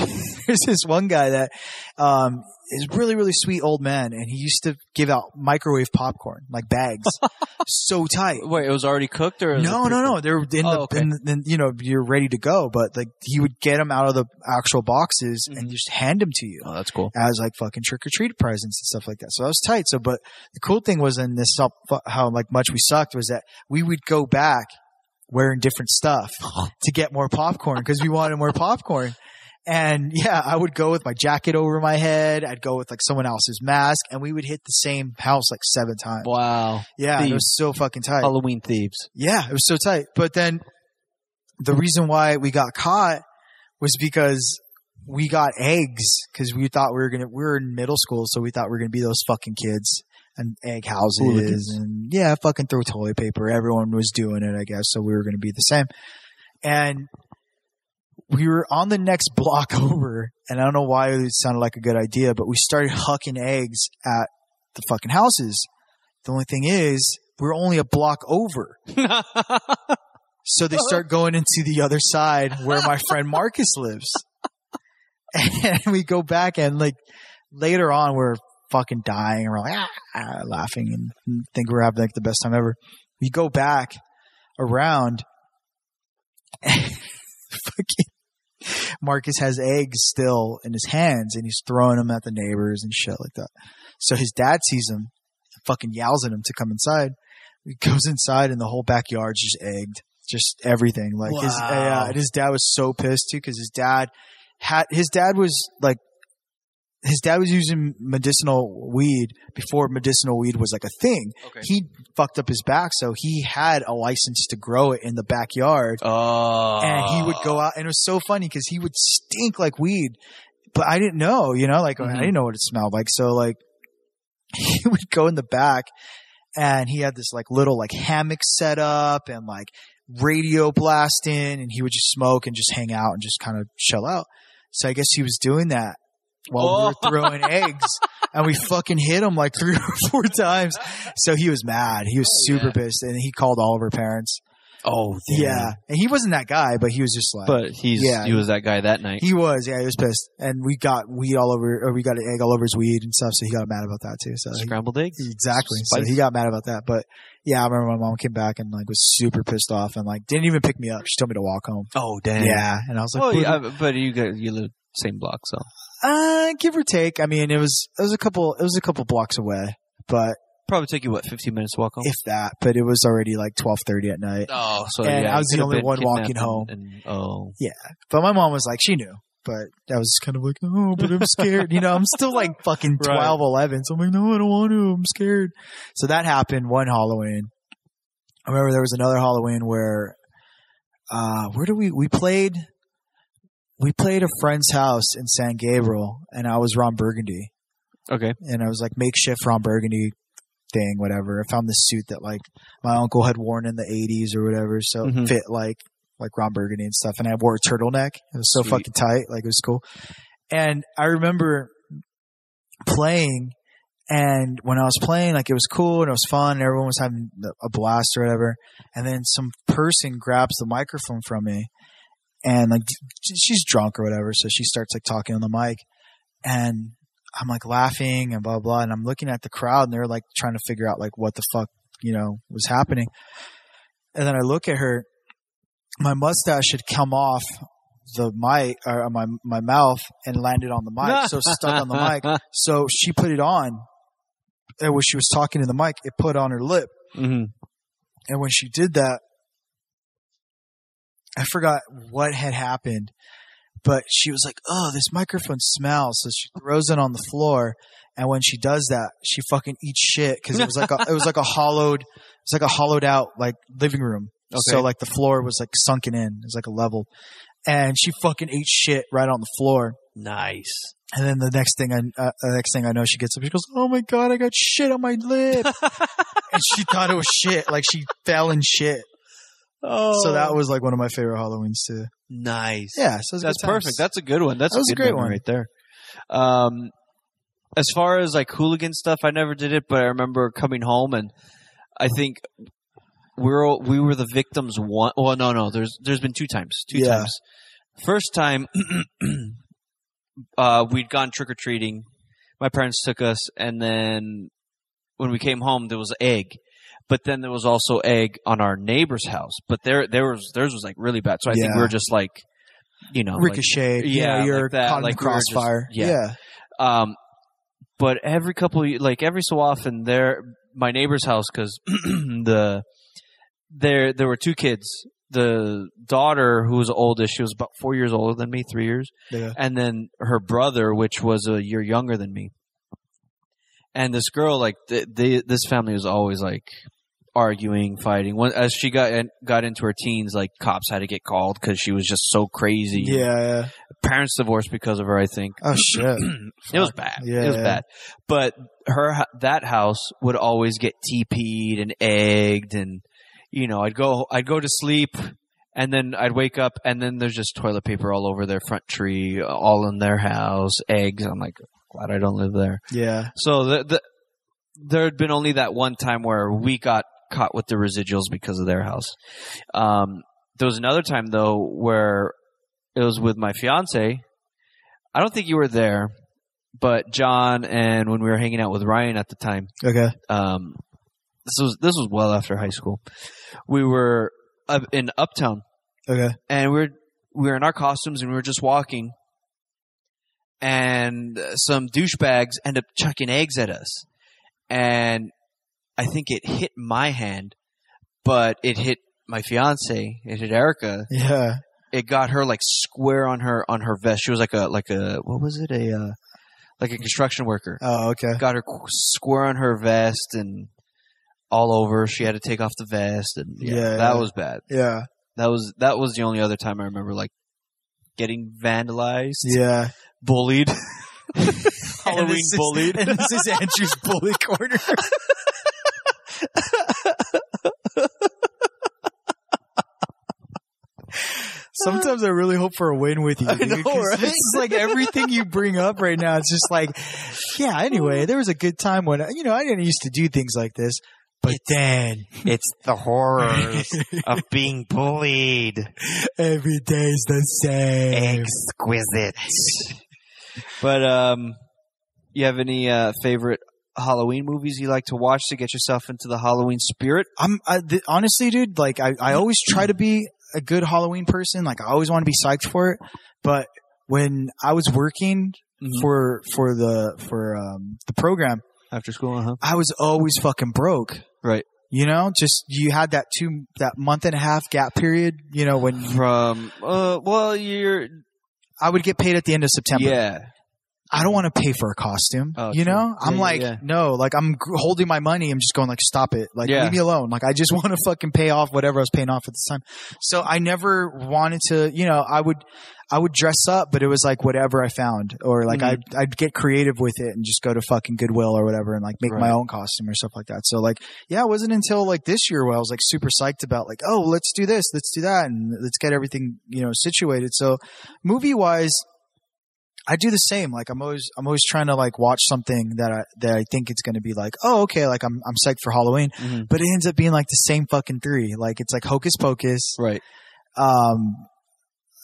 there's this one guy that um is a really, really sweet old man and he used to give out microwave popcorn, like bags. so tight. Wait, it was already cooked or was No, it no, no. They're in the, Oh, okay. in, in- you know, you're ready to go, but like he would get them out of the actual boxes and Mhm. just hand them to you Oh, that's cool. as like fucking trick or treat presents and stuff like that. So that was tight. So, but the cool thing was in this how, how like much we sucked was that we would go back wearing different stuff to get more popcorn because we wanted more popcorn. And yeah, I would go with my jacket over my head. I'd go with like someone else's mask and we would hit the same house like seven times. Wow. yeah. It thieves. was so fucking tight. Halloween thieves. Yeah, it was so tight. But then the reason why we got caught was because we got eggs because we thought we were gonna we were in middle school, so we thought we were gonna be those fucking kids and egg houses Hooligans. and yeah, fucking throw toilet paper. Everyone was doing it, I guess, so we were gonna be the same. And we were on the next block over, and I don't know why it sounded like a good idea, but we started hucking eggs at the fucking houses. The only thing is, we're only a block over. So they start going into the other side where my friend Marcus lives. And we go back and like later on we're fucking dying and we're like "Ah, ah," laughing and think we're having like the best time ever. We go back around and fucking Marcus has eggs still in his hands and he's throwing them at the neighbors and shit like that. So his dad sees him and fucking yells at him to come inside. He goes inside and the whole backyard's just egged. Just everything. Like his Wow. yeah, and his dad was so pissed too because his dad had his dad was like his dad was using medicinal weed before medicinal weed was like a thing. Okay. He fucked up his back, so he had a license to grow it in the backyard Oh. and he would go out and it was so funny because he would stink like weed but i didn't know you know like Mhm. i didn't know what it smelled like so like he would go in the back and he had this like little like hammock set up and like radio blasting and he would just smoke and just hang out and just kind of chill out so i guess he was doing that while we were throwing eggs and we fucking hit him like three or four times so he was mad he was Oh, super pissed and he called all of her parents Oh, damn. yeah and he wasn't that guy but he was just like But he's Yeah. he was that guy that night. he was, yeah, he was pissed, and we got weed all over, or we got an egg all over his weed and stuff. So he got mad about that too. So he- Scrambled eggs. exactly, so Spicy. he got mad about that. But yeah, I remember my mom came back and like was super pissed off and like didn't even pick me up. She told me to walk home. Oh, damn. Yeah, and I was like, well, "Boo-boo." Oh, yeah, but you got you live same block, so uh, give or take. I mean, it was it was a couple it was a couple blocks away, but probably took you what fifteen minutes to walk home. if that, but it was already like twelve thirty at night. oh, so And yeah, I was you the could've only been one walking kidnapped home. And, and- oh, But my mom was like, she knew. But I was kind of like, oh, but I'm scared. You know, I'm still like fucking Right. 12, 11. So I'm like, no, I don't want to. I'm scared. So that happened one Halloween. I remember there was another Halloween where, uh, where do we, we played, we played a friend's house in San Gabriel and I was Ron Burgundy okay. and I was like makeshift Ron Burgundy thing, whatever. I found this suit that like my uncle had worn in the eighties or whatever, so it Mhm. fit like like Ron Burgundy and stuff. And I wore a turtleneck. It was so Sweet. fucking tight, like it was cool. And I remember playing and when I was playing, like it was cool and it was fun and everyone was having a blast or whatever. And then some person grabs the microphone from me and like she's drunk or whatever. So she starts like talking on the mic and I'm like laughing and blah, blah. And I'm looking at the crowd and they're like trying to figure out like what the fuck, you know, was happening. And then I look at her, my mustache had come off the mic or uh, my, my mouth and landed on the mic. so stuck on the mic. So she put it on. And when she was talking to the mic, it put on her lip. hmm And when she did that, I forgot what had happened, but she was like, "Oh, this microphone smells." So she throws it on the floor, and when she does that, she fucking eats shit because it was like a, it was like a hollowed, it was like a hollowed out like living room. So Okay. like the floor was like sunken in. It was like a level, and she fucking ate shit right on the floor. Nice. And then the next thing I uh, the next thing I know, she gets up. She goes, "Oh my god, I got shit on my lip!" and she thought it was shit. Like she fell in shit. Oh, So that was like one of my favorite Halloweens too. nice. Yeah, so it was that's good times. perfect. That's a good one. That's That was a, a good great memory one. right there. Um, as far as like hooligan stuff, I never did it, but I remember coming home and I think we're all, we were the victims one. Well, no, no. There's there's been two times. Two Yeah. times. First time, uh, we'd gone trick or treating. My parents took us, and then when we came home, there was egg. But then there was also egg on our neighbor's house. But there, there was theirs was like really bad. So I think Yeah. we were just like, you know, like- ricochet. yeah, yeah, you're like that, caught in like the we were just- crossfire. yeah. yeah, Um, but every couple, of, like every so often, there my neighbor's house because the there there were two kids the daughter who was oldest, she was about four years older than me, three years, Yeah. and then her brother, which was a year younger than me. And this girl, like th they, this family was always like arguing, fighting. When, as she got in, got into her teens, like cops had to get called because she was just so crazy. Yeah. yeah. parents divorced because of her, I think. Oh shit. It was bad. Yeah, it was yeah. bad. But her hu- that house would always get TP'd and egged, and you know, I'd go I'd go to sleep, and then I'd wake up, and then there's just toilet paper all over their front tree, all in their house, eggs. I'm like, glad I don't live there. Yeah. So the, the there had been only that one time where we got caught with the residuals because of their house. Um, there was another time though where it was with my fiance. I don't think you were there, but John and when we were hanging out with Ryan at the time, Okay. um, this was this was well after high school. We were up in Uptown Okay. and we were we were in our costumes and we were just walking, and uh, some douchebags end up chucking eggs at us, and I think it hit my hand, but it hit my fiance, it hit Erica. Yeah. It got her like square on her on her vest. She was like a like a what was it a uh, like a construction worker Oh, okay. got her qu- square on her vest and all over. She had to take off the vest, and yeah, Yeah, that yeah. was bad. Yeah. That was that was the only other time I remember like getting vandalized, Yeah. bullied, And Halloween this is- bullied. and this is Andrew's bully corner. Sometimes I really hope for a win with you. I dude, know, 'cause right? This is like everything you bring up right now. It's just like, yeah. Anyway, there was a good time when you know I didn't used to do things like this, but then It's the horrors of being bullied. every day's the same. Exquisite. But um, you have any uh, favorite Halloween movies you like to watch to get yourself into the Halloween spirit? I'm I, th- honestly, dude. Like I, I always try to be a good Halloween person. Like I always want to be psyched for it. But when I was working Mhm. for for the for um, the program, After school, uh huh. I was always fucking broke. Right. You know, just you had that two that month and a half gap period. You know, when you- From uh, well, you're I would get paid at the end of September. yeah, I don't want to pay for a costume. Oh, you true. know, I'm Yeah, yeah, like, yeah. no, like I'm g- holding my money. I'm just going like, stop it. Like, Yeah. leave me alone. Like, I just want to fucking pay off whatever I was paying off at the time. So I never wanted to, you know, I would, I would dress up, but it was like whatever I found or like Mhm. I'd, I'd get creative with it and just go to fucking Goodwill or whatever and like make my Right. own costume or stuff like that. So like, yeah, it wasn't until like this year where I was like super psyched about like, oh, let's do this, let's do that and let's get everything, you know, situated. So movie wise, I do the same. Like I'm always I'm always trying to like watch something that I that I think it's gonna be like, oh okay, like I'm I'm psyched for Halloween. Mhm. But it ends up being like the same fucking three. Like it's like hocus pocus, right. um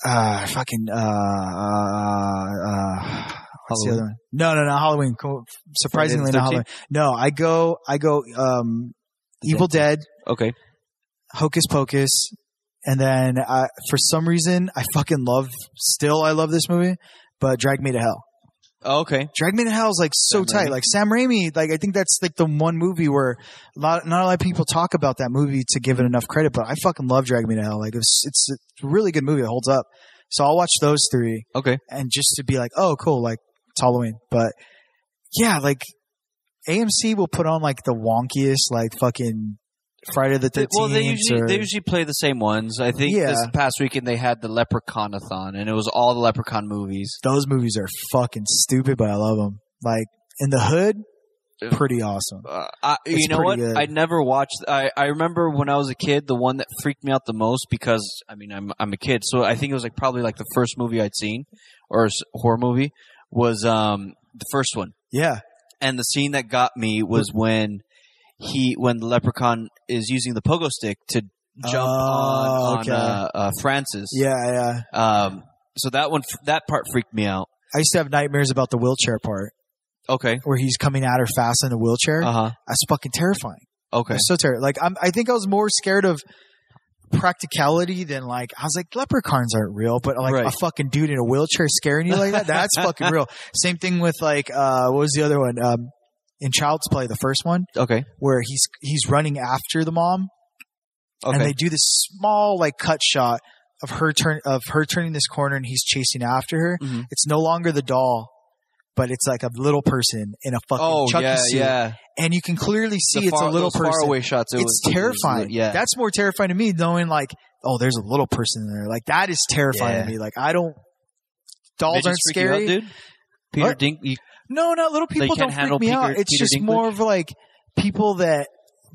uh fucking uh uh, uh what's the Halloween. other one? No, no, no, Halloween. Cool. Surprisingly not Friday Halloween. No, I go I go um Evil Dead, Okay, Hocus Pocus, and then I, for some reason I fucking love still I love this movie, but Drag Me to Hell. oh, okay. Drag Me to Hell is like so Sam tight. Raimi. Like Sam Raimi, like I think that's like the one movie where a lot, not a lot of people talk about that movie to give it enough credit. But I fucking love Drag Me to Hell. Like it's it's a really good movie. It holds up. So I'll watch those three Okay. and just to be like, oh cool, like it's Halloween. But yeah, like AMC will put on like the wonkiest like fucking Friday the They- Thirteenth. well, they usually they usually play the same ones. I think Yeah. this past weekend they had the Leprechaun-a-thon, and it was all the Leprechaun movies. those movies are fucking stupid, but I love them. Like in the hood, Yeah. pretty awesome. Uh, I, It's you know pretty what? good. I never watched. I I remember when I was a kid, the one that freaked me out the most because I mean I'm I'm a kid, so I think it was like probably like the first movie I'd seen or s- horror movie was um the first one, Yeah, and the scene that got me was when he when the Leprechaun is using the pogo stick to jump on, Oh, on okay. uh, uh, Francis. yeah, yeah. Um. So that one that part freaked me out. I used to have nightmares about the wheelchair part Okay. where he's coming at her fast in a wheelchair. Uh huh. That's fucking terrifying. Okay. It's so terrifying. Like I'm, I think I was more scared of practicality than like I was like leprechauns aren't real, but like Right. a fucking dude in a wheelchair scaring you like that. That's fucking real. Same thing with like uh, what was the other one? Um, in Child's Play, the first one Okay. where he's he's running after the mom Okay. and they do this small like cut shot of her turn of her turning this corner and he's chasing after her. Mhm. It's no longer the doll, but it's like a little person in a fucking oh Chucky yeah, suit, yeah. and you can clearly see The it's far- a little those person. Faraway shots. it it's was- it was- terrifying. yeah. that's more terrifying to me knowing like oh there's a little person in there. Like that is terrifying to Yeah. me. Like I don't. Dolls Midgets aren't freak you out, scary. dude. Peter What? Dink. you- No, not little They people don't can't freak handle me out. Peter- It's Peter just Dinklage? more of like people that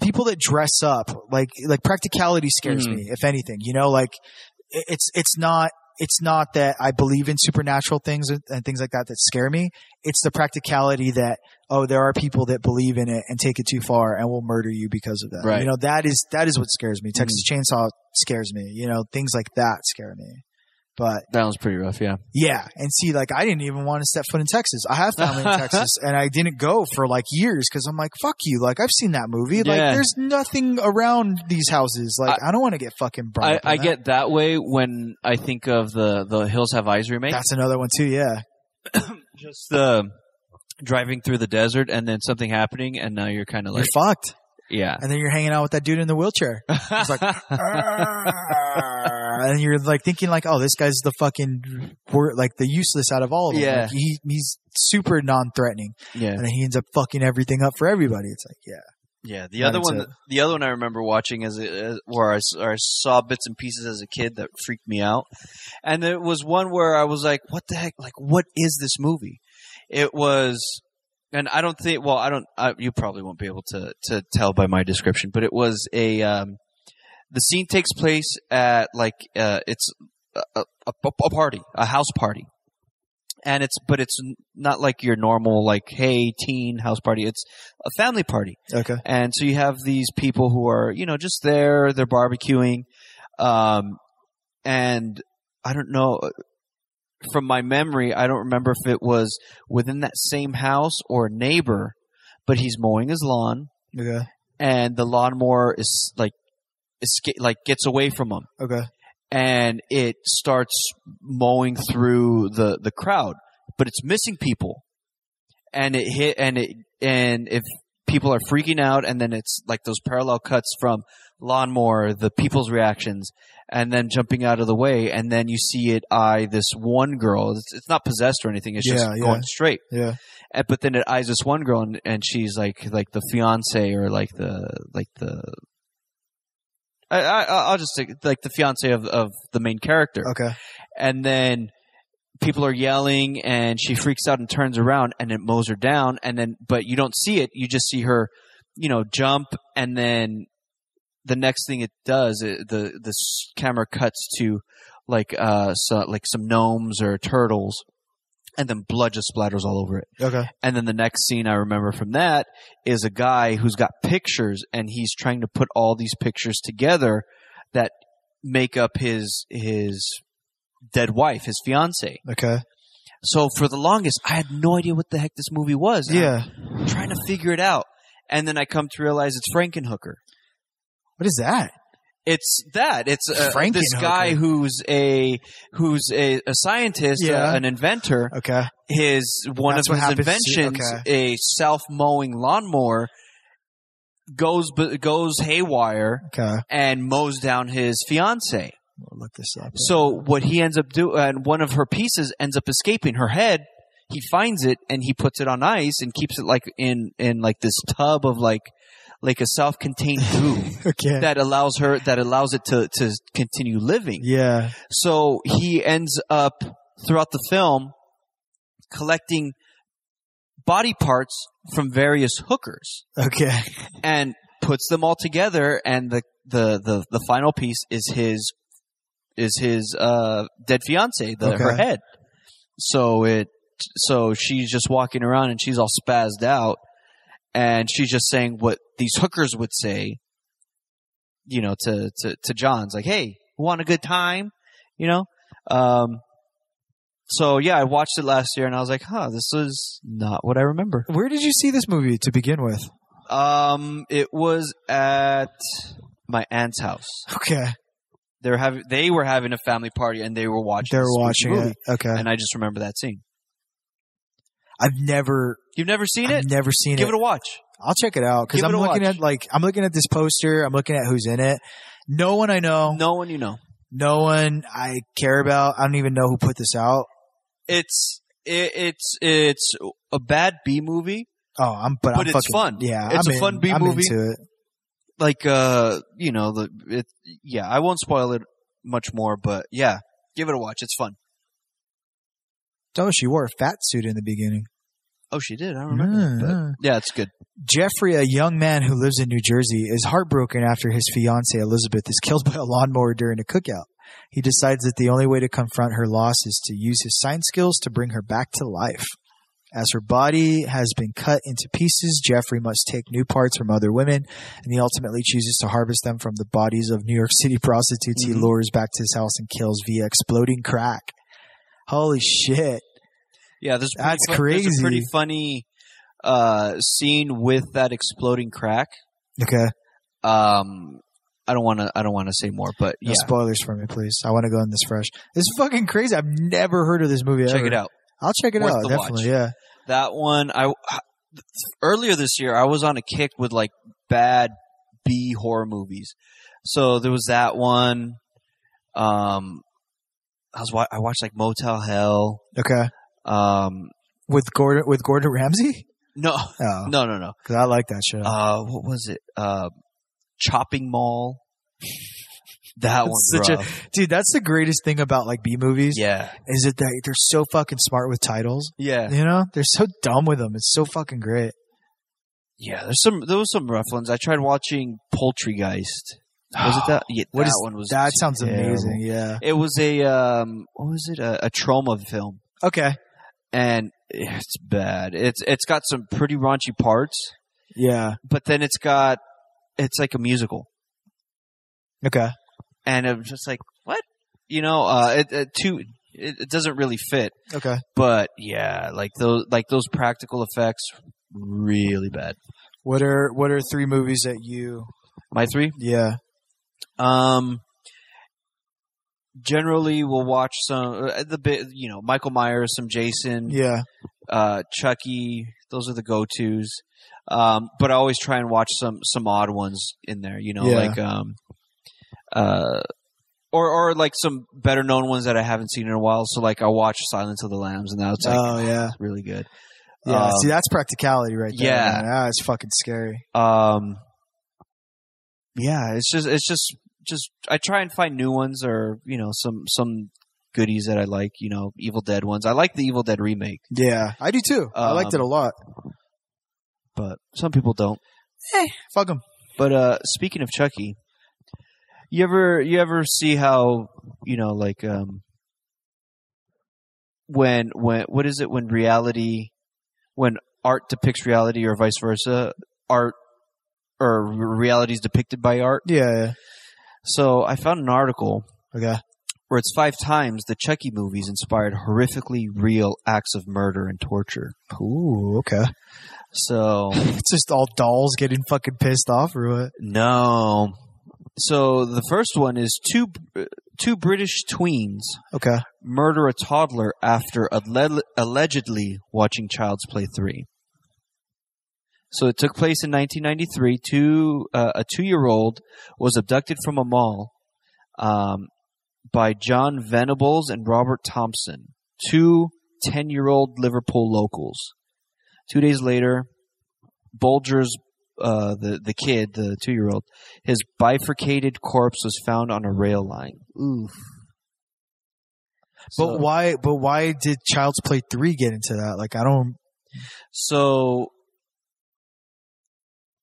people that dress up. Like like practicality scares Mhm. me. If anything, you know, like it- it's it's not it's not that I believe in supernatural things and and things like that that scare me. It's the practicality that oh, there are people that believe in it and take it too far and will murder you because of that. Right. Mm-hmm. You know that is that is what scares me. Texas Chainsaw scares me. You know things like that scare me. But That was pretty rough. Yeah. yeah. And see, like, I didn't even want to step foot in Texas. I have family in Texas and I didn't go for like years because I'm like, fuck you. Like, I've seen that movie. Like, Yeah. there's nothing around these houses. Like, I, don't want to get fucking brought I, up in I that. get that way when I think of the the Hills Have Eyes remake. That's another one too. Yeah. just the driving through the desert and then something happening and now you're kind of like you're fucked. yeah And then you're hanging out with that dude in the wheelchair. It's like, uh, "Argh." and you're like thinking like, oh, this guy's the fucking, wor- like the useless out of all of them. Yeah. Like, he, he's super non-threatening. yeah And then he ends up fucking everything up for everybody. It's like, yeah. yeah the other That's one it. the other one i remember watching as, as where I, s- or I saw bits and pieces as a kid that freaked me out and it was one where i was like what the heck like what is this movie it was and i don't think well i don't I, you probably won't be able to to tell by my description but it was a um the scene takes place at like uh it's a, a, a a party a house party and it's but it's n- not like your normal like hey teen house party it's a family party Okay. and so you have these people who are, you know, just there, they're barbecuing. Um, and I don't know, from my memory, I don't remember if it was within that same house or a neighbor, but he's mowing his lawn Okay. and the lawnmower is like, escape, like gets away from him Okay. and it starts mowing through the the crowd but it's missing people and it hit and it and if people are freaking out and then it's like those parallel cuts from lawnmower the people's reactions and then jumping out of the way and then you see it eye this one girl it's, it's not possessed or anything it's just Yeah, yeah. going straight Yeah. and, but then it eyes this one girl and, and she's like like the fiance or like the like the I, I I'll just say like the fiance of of the main character Okay. and then people are yelling and she freaks out and turns around and it mows her down and then but you don't see it you just see her you know jump and then the next thing it does it, the the s- camera cuts to like uh so, like some gnomes or turtles and then blood just splatters all over it Okay. and then the next scene I remember from that is a guy who's got pictures and he's trying to put all these pictures together that make up his his dead wife, his fiance. Okay. So for the longest, I had no idea what the heck this movie was. Yeah. I'm trying to figure it out, and then I come to realize it's Frankenhooker. What is that? It's that. It's uh, this Frankenhooker. guy who's a who's a, a scientist, Yeah. uh, an inventor, Okay. his one That's of what his happens to- inventions, a self mowing lawnmower, goes bu- goes haywire Okay. and mows down his fiance. We'll look this up. So what he ends up doing, and one of her pieces ends up escaping her head. He finds it and he puts it on ice and keeps it like in in like this tub of like like a self contained goo okay. that allows her that allows it to to continue living. yeah. So he ends up throughout the film collecting body parts from various hookers Okay. and puts them all together and the the the, the final piece is his is his uh dead fiance the her Okay. head so it so she's just walking around and she's all spazzed out and she's just saying what these hookers would say you know to to to John's like hey want a good time you know um so yeah I watched it last year and I was like huh this is not what I remember Where did you see this movie to begin with? um, it was at my aunt's house. Okay. They were having they were having a family party and they were watching. They're this watching spooky movie. it. Okay. and I just remember that scene. I've never, You've never seen I've it? never seen Give it it. a watch. I'll check it out because Give it I'm a looking watch. at like I'm looking at this poster. I'm looking at who's in it. No one I know. No one you know. No one I care about. I don't even know who put this out. It's it, it's it's a bad B movie. Oh, I'm but, I'm But it's fucking, fun. Yeah, It's I'm a in- fun B I'm movie. Into it. Like uh, you know the it. Yeah, I won't spoil it much more, but yeah, give it a watch. It's fun. Oh, she wore a fat suit in the beginning. Oh, she did. I don't remember. Mm, but- mm. yeah, it's good. Jeffrey, a young man who lives in New Jersey, is heartbroken after his fiancee Elizabeth is killed by a lawnmower during a cookout. He decides that the only way to confront her loss is to use his sign skills to bring her back to life. As her body has been cut into pieces, Jeffrey must take new parts from other women, and he ultimately chooses to harvest them from the bodies of New York City prostitutes he Mhm. lures back to his house and kills via exploding crack. Holy shit. Yeah, there's a That's pretty fu- There's crazy. a pretty funny uh, scene with that exploding crack. Okay. Um, I don't want to. I don't want to say more, but No yeah, spoilers for me, please. I want to go in this fresh. This is fucking crazy. I've never heard of this movie. check ever. it out. I'll check it Worth out. the Definitely. watch. Yeah. That one. I earlier this year I was on a kick with like bad B horror movies. So there was that one. Um, I was wa- I watched like Motel Hell. Okay. Um, With Gordon with Gordon Ramsay. no, Oh, no, no, no. because I like that shit. Uh, what was it? Uh, Chopping Mall. That That's one's such a- rough. Dude, that's the greatest thing about like B movies yeah, is that they, they're so fucking smart with titles. yeah, You know, they're so dumb with them. It's so fucking great. yeah. There's some. There was some rough ones. I tried watching Poultrygeist. Was it that? Yeah, What that is- one was. That sounds terrible. amazing. Yeah. It was a um, what was it? A, a trauma film, Okay. and it's bad. It's it's got some pretty raunchy parts, Yeah. but then it's got it's like a musical, Okay. and I'm just like, what? You know, uh, it, it too. It, it doesn't really fit. Okay. but yeah, like those like those practical effects, really bad. What are what are three movies that you? My three. Yeah. Um, generally, we'll watch some uh, the bit. You know, Michael Myers, some Jason, Yeah. uh, Chucky. Those are the go tos. Um, but I always try and watch some some odd ones in there. You know, Yeah. like um, uh. Or, or like some better known ones that I haven't seen in a while. So like I watched Silence of the Lambs and that's like oh yeah. really good. Yeah. Um, See, that's practicality right there. yeah. man. Ah, it's fucking scary. um yeah it's just it's just just i try and find new ones or you know some some goodies that i like you know evil dead ones i like the evil dead remake Yeah, I do too. I liked it Um, a lot. but some people don't Fuck them. but uh speaking of chucky you ever you ever see how you know like um when when what is it when reality when art depicts reality or vice versa art or reality is depicted by art Yeah, So I found an article yeah. Okay. where it's five times the Chucky movies inspired horrifically real acts of murder and torture. Ooh, okay. So It's just all dolls getting fucking pissed off or what? no. So the first one is two two British tweens Okay. murder a toddler after alle- allegedly watching Child's Play 3. So it took place in 1993. Two, uh, a two year old was abducted from a mall um, by John Venables and Robert Thompson, two 10 year old Liverpool locals. Two days later, Bulger's, uh, the, the kid, the two year old, his bifurcated corpse was found on a rail line. Oof. But So- why? But why did Child's Play three get into that? Like, I don't. So,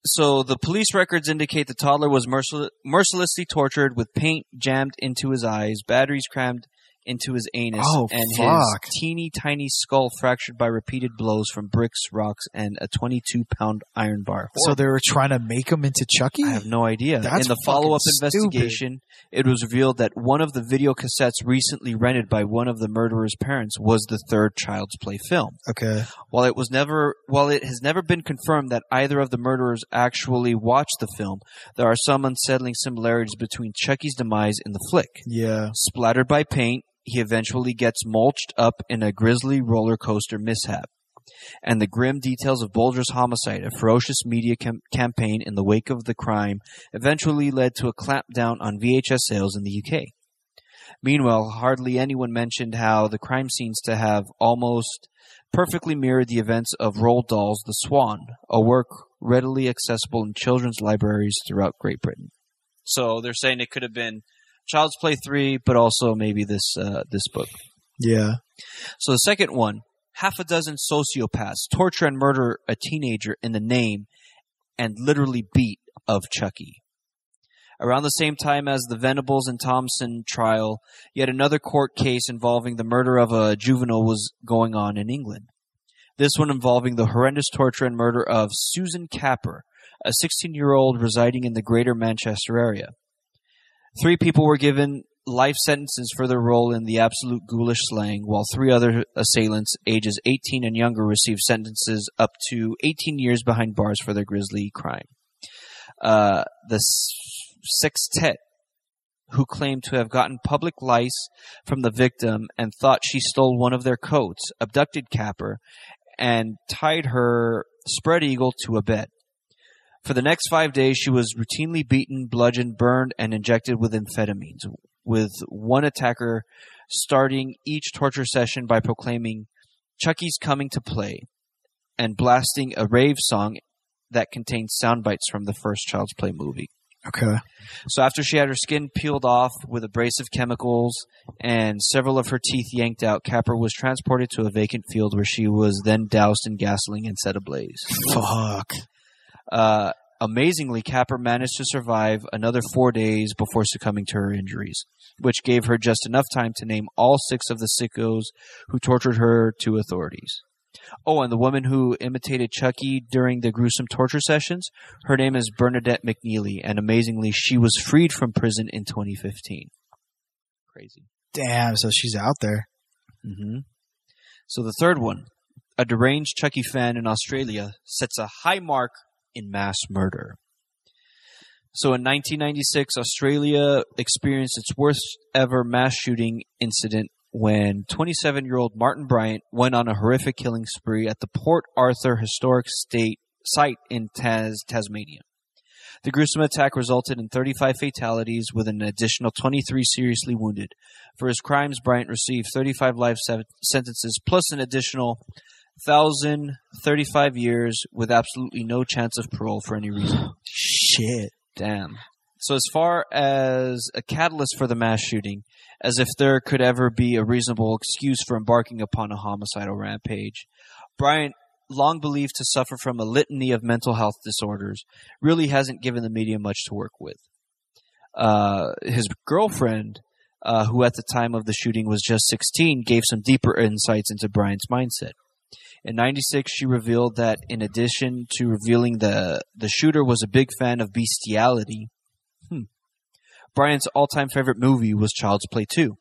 so the police records indicate the toddler was mercil- mercilessly tortured with paint jammed into his eyes, batteries crammed into his anus, Oh, and fuck. his teeny tiny skull fractured by repeated blows from bricks, rocks, and a 22 pound iron bar. So they were trying to make him into Chucky. I have no idea. That's In the follow up fucking stupid. investigation, it was revealed that one of the video cassettes recently rented by one of the murderer's parents was the third Child's Play film. okay. While it was never, while it has never been confirmed that either of the murderers actually watched the film, there are some unsettling similarities between Chucky's demise and the flick. Yeah. Splattered by paint, he eventually gets mulched up in a grisly roller coaster mishap. and the grim details of Bulger's homicide, a ferocious media cam- campaign in the wake of the crime, eventually led to a clampdown on VHS sales in the UK. Meanwhile, hardly anyone mentioned how the crime seems to have almost perfectly mirrored the events of Roald Dahl's The Swan, a work readily accessible in children's libraries throughout Great Britain. So they're saying it could have been Child's Play 3, but also maybe this uh, this book. Yeah. So the second one, half a dozen sociopaths torture and murder a teenager in the name and literally beat of Chucky. Around the same time as the Venables and Thompson trial, yet another court case involving the murder of a juvenile was going on in England. This one involving the horrendous torture and murder of Susan Capper, a 16 year old residing in the greater Manchester area. Three people were given life sentences for their role in the absolute ghoulish slaying, while three other assailants, ages 18 and younger, received sentences up to 18 years behind bars for their grisly crime. Uh, the s- sextet, who claimed to have gotten public lice from the victim and thought she stole one of their coats, abducted Capper, and tied her spread eagle to a bed. For the next five days, she was routinely beaten, bludgeoned, burned, and injected with amphetamines, with one attacker starting each torture session by proclaiming, Chucky's coming to play, and blasting a rave song that contained sound bites from the first Child's Play movie. Okay. So after she had her skin peeled off with abrasive chemicals and several of her teeth yanked out, Capper was transported to a vacant field where she was then doused in gasoline and set ablaze. Fuck. Uh, amazingly, Capper managed to survive another four days before succumbing to her injuries, which gave her just enough time to name all six of the sickos who tortured her to authorities. Oh, and the woman who imitated Chucky during the gruesome torture sessions, her name is Bernadette McNeely, and amazingly, she was freed from prison in 2015. Crazy. Damn. So she's out there. hmm So the third one, a deranged Chucky fan in Australia sets a high mark in mass murder. So in 1996, Australia experienced its worst ever mass shooting incident when 27 year old Martin Bryant went on a horrific killing spree at the Port Arthur Historic State site in Tas- Tasmania. The gruesome attack resulted in 35 fatalities with an additional 23 seriously wounded. For his crimes, Bryant received 35 life sen- sentences plus an additional 1,035 years with absolutely no chance of parole for any reason. Shit. Damn. So, as far as a catalyst for the mass shooting, as if there could ever be a reasonable excuse for embarking upon a homicidal rampage, Bryant, long believed to suffer from a litany of mental health disorders, really hasn't given the media much to work with. Uh, his girlfriend, uh, who at the time of the shooting was just 16, gave some deeper insights into Bryant's mindset. In 96, she revealed that in addition to revealing the, the shooter was a big fan of bestiality, hmm, Brian's all time favorite movie was Child's Play 2.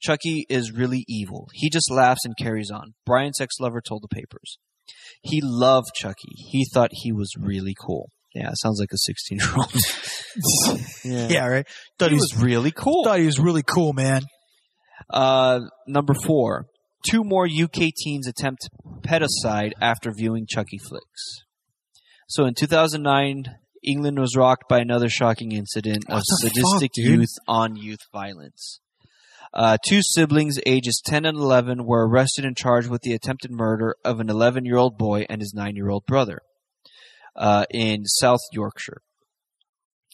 Chucky is really evil. He just laughs and carries on. Brian's ex lover told the papers. He loved Chucky. He thought he was really cool. Yeah, it sounds like a 16 year old. Yeah. Right. He Thought he, was, was really cool. thought he was really cool, man. Uh, number four, two more UK teens attempt pedicide after viewing Chucky flicks. So in 2009, England was rocked by another shocking incident of What the fuck, sadistic dude? youth on youth violence. Uh, two siblings, ages 10 and 11, were arrested and charged with the attempted murder of an 11 year old boy and his 9 year old brother uh, in South Yorkshire.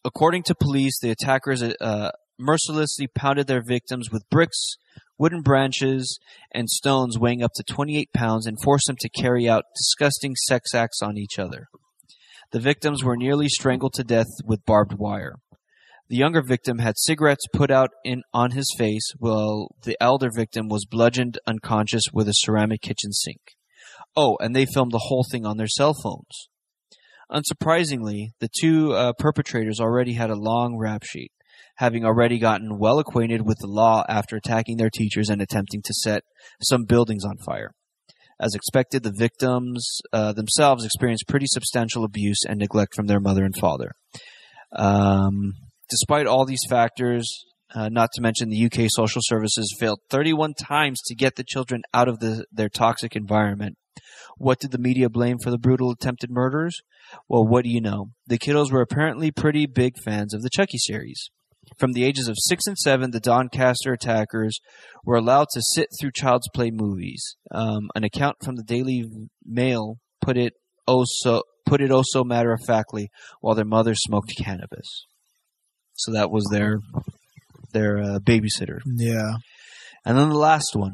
According to police, the attackers uh, mercilessly pounded their victims with bricks, wooden branches, and stones weighing up to 28 pounds and forced them to carry out disgusting sex acts on each other. The victims were nearly strangled to death with barbed wire. The younger victim had cigarettes put out in, on his face, while the elder victim was bludgeoned unconscious with a ceramic kitchen sink. Oh, and they filmed the whole thing on their cell phones. Unsurprisingly, the two uh, perpetrators already had a long rap sheet, having already gotten well acquainted with the law after attacking their teachers and attempting to set some buildings on fire. As expected, the victims uh, themselves experienced pretty substantial abuse and neglect from their mother and father. Um, despite all these factors, uh, not to mention the UK social services failed 31 times to get the children out of the, their toxic environment What did the media blame for the brutal attempted murders? Well, what do you know? The kiddos were apparently pretty big fans of the Chucky series. From the ages of six and seven, the Doncaster attackers were allowed to sit through Child's Play movies. Um, an account from the Daily Mail put it oh so put it oh so matter of factly while their mother smoked cannabis. So that was their their uh, babysitter. Yeah. And then the last one.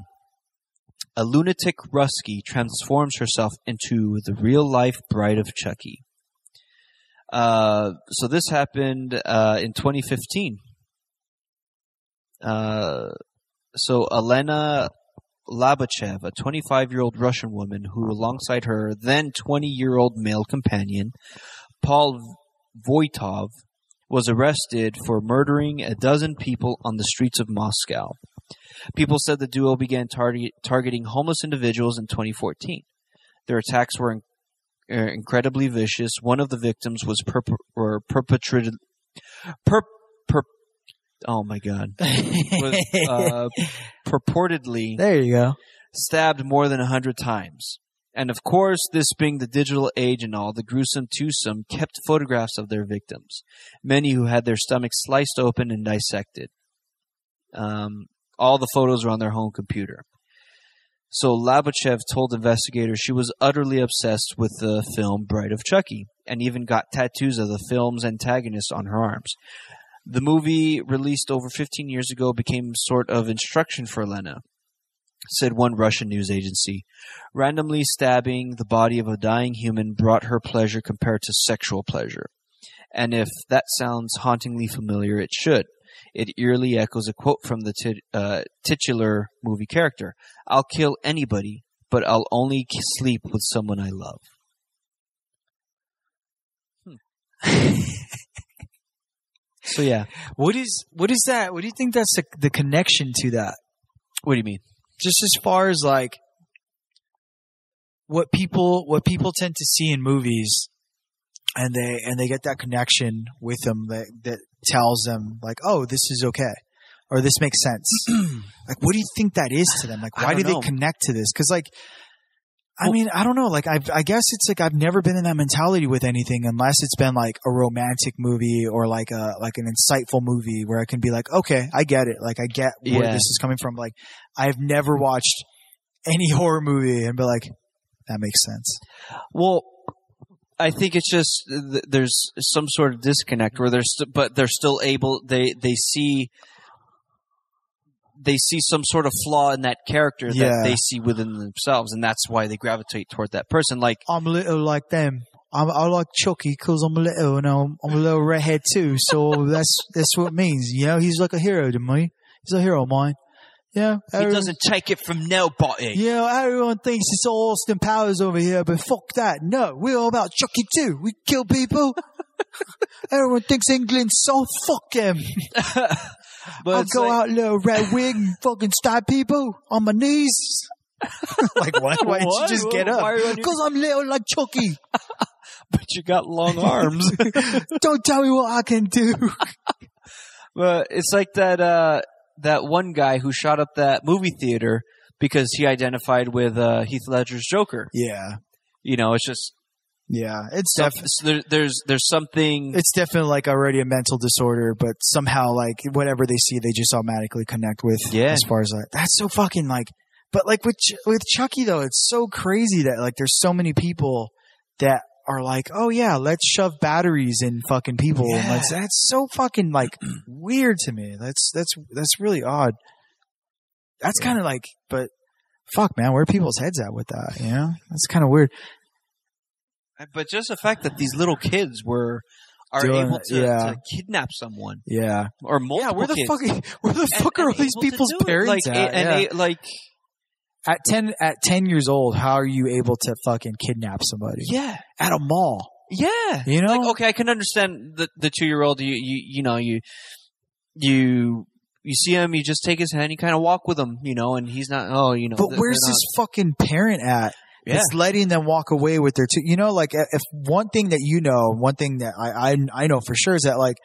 A lunatic Rusky transforms herself into the real life bride of Chucky. Uh, so this happened uh, in 2015. Uh, so Elena Labachev, a 25 year old Russian woman who, alongside her then 20 year old male companion, Paul Voitov, was arrested for murdering a dozen people on the streets of Moscow. People said the duo began target, targeting homeless individuals in 2014. Their attacks were in, uh, incredibly vicious. One of the victims was perp- were perpetrated. Per, per, oh my god! Was, uh, purportedly There you go. stabbed more than a hundred times. And of course, this being the digital age and all, the gruesome twosome kept photographs of their victims, many who had their stomachs sliced open and dissected. Um, all the photos are on their home computer. So Labachev told investigators she was utterly obsessed with the film Bride of Chucky and even got tattoos of the film's antagonist on her arms. The movie, released over 15 years ago, became sort of instruction for Lena said one Russian news agency. Randomly stabbing the body of a dying human brought her pleasure compared to sexual pleasure. And if that sounds hauntingly familiar, it should. It eerily echoes a quote from the tit- uh, titular movie character I'll kill anybody, but I'll only k- sleep with someone I love. Hmm. so, yeah. What is what is that? What do you think that's the, the connection to that? What do you mean? Just as far as like what people what people tend to see in movies, and they and they get that connection with them that that tells them like, oh, this is okay, or this makes sense. like, what do you think that is to them? Like, I why do don't they know. connect to this? Because like. I Well- mean, I don't know. Like, I I guess it's like I've never been in that mentality with anything, unless it's been like a romantic movie or like a like an insightful movie where I can be like, okay, I get it. Like, I get where Yeah. this is coming from. Like, I've never watched any horror movie and be like, that makes sense. Well, I think it's just th- there's some sort of disconnect where there's st- but they're still able they they see they see some sort of flaw in that character Yeah. that they see within themselves and that's why they gravitate toward that person like I'm little like them. I'm, I like Chucky because I'm little and I'm, I'm a little redhead too. So that's that's what it means. You know, he's like a hero to me. He's a hero of mine. Yeah, uh, he everyone- doesn't take it from nobody. Yeah, everyone thinks it's all Austin Powers over here, but fuck that. No, we're all about Chucky too. We kill people. everyone thinks England's so fuck them. But I'll it's go like- out in a little red wig and fucking stab people on my knees. like what? Why did you What? just get up? Why are you on your- Because I'm little like E. Chucky. but you got long arms. Don't tell me what I can do. Well, it's like that uh, that one guy who shot up that movie theater because he identified with uh, Heath Ledger's Joker. Yeah, You know, it's just yeah. It's some- def- so there, there's there's something it's definitely like already a mental disorder, but somehow like whatever they see, they just automatically connect with. Yeah. As far as like that's so fucking like, but like with Ch- with Chucky though, it's so crazy that like there's so many people that are like, oh yeah, let's shove batteries in fucking people. And like, that's so fucking like weird to me. That's that's that's really odd. That's kind of like, but fuck, man, where are people's heads at with that? You know, that's kind of weird. but just the fact that these little kids were are Doing able it, to, yeah. to kidnap someone Yeah. or multiple Yeah, where the kids. fuck, where the And- fuck are and all these able to people's do it. parents like, at? And Yeah. they, like, at ten, at ten years old, how are you able to fucking kidnap somebody yeah, at a mall? yeah. You know, Like, okay, I can understand the the two year old. You, you you know you you you see him, you just take his hand, you kind of walk with him, you know, and he's not. Oh, you know. but they're- where's they're this fucking parent at? Yeah. It's letting them walk away with their two. You know, like if one thing that you know, one thing that I I, I know for sure is that like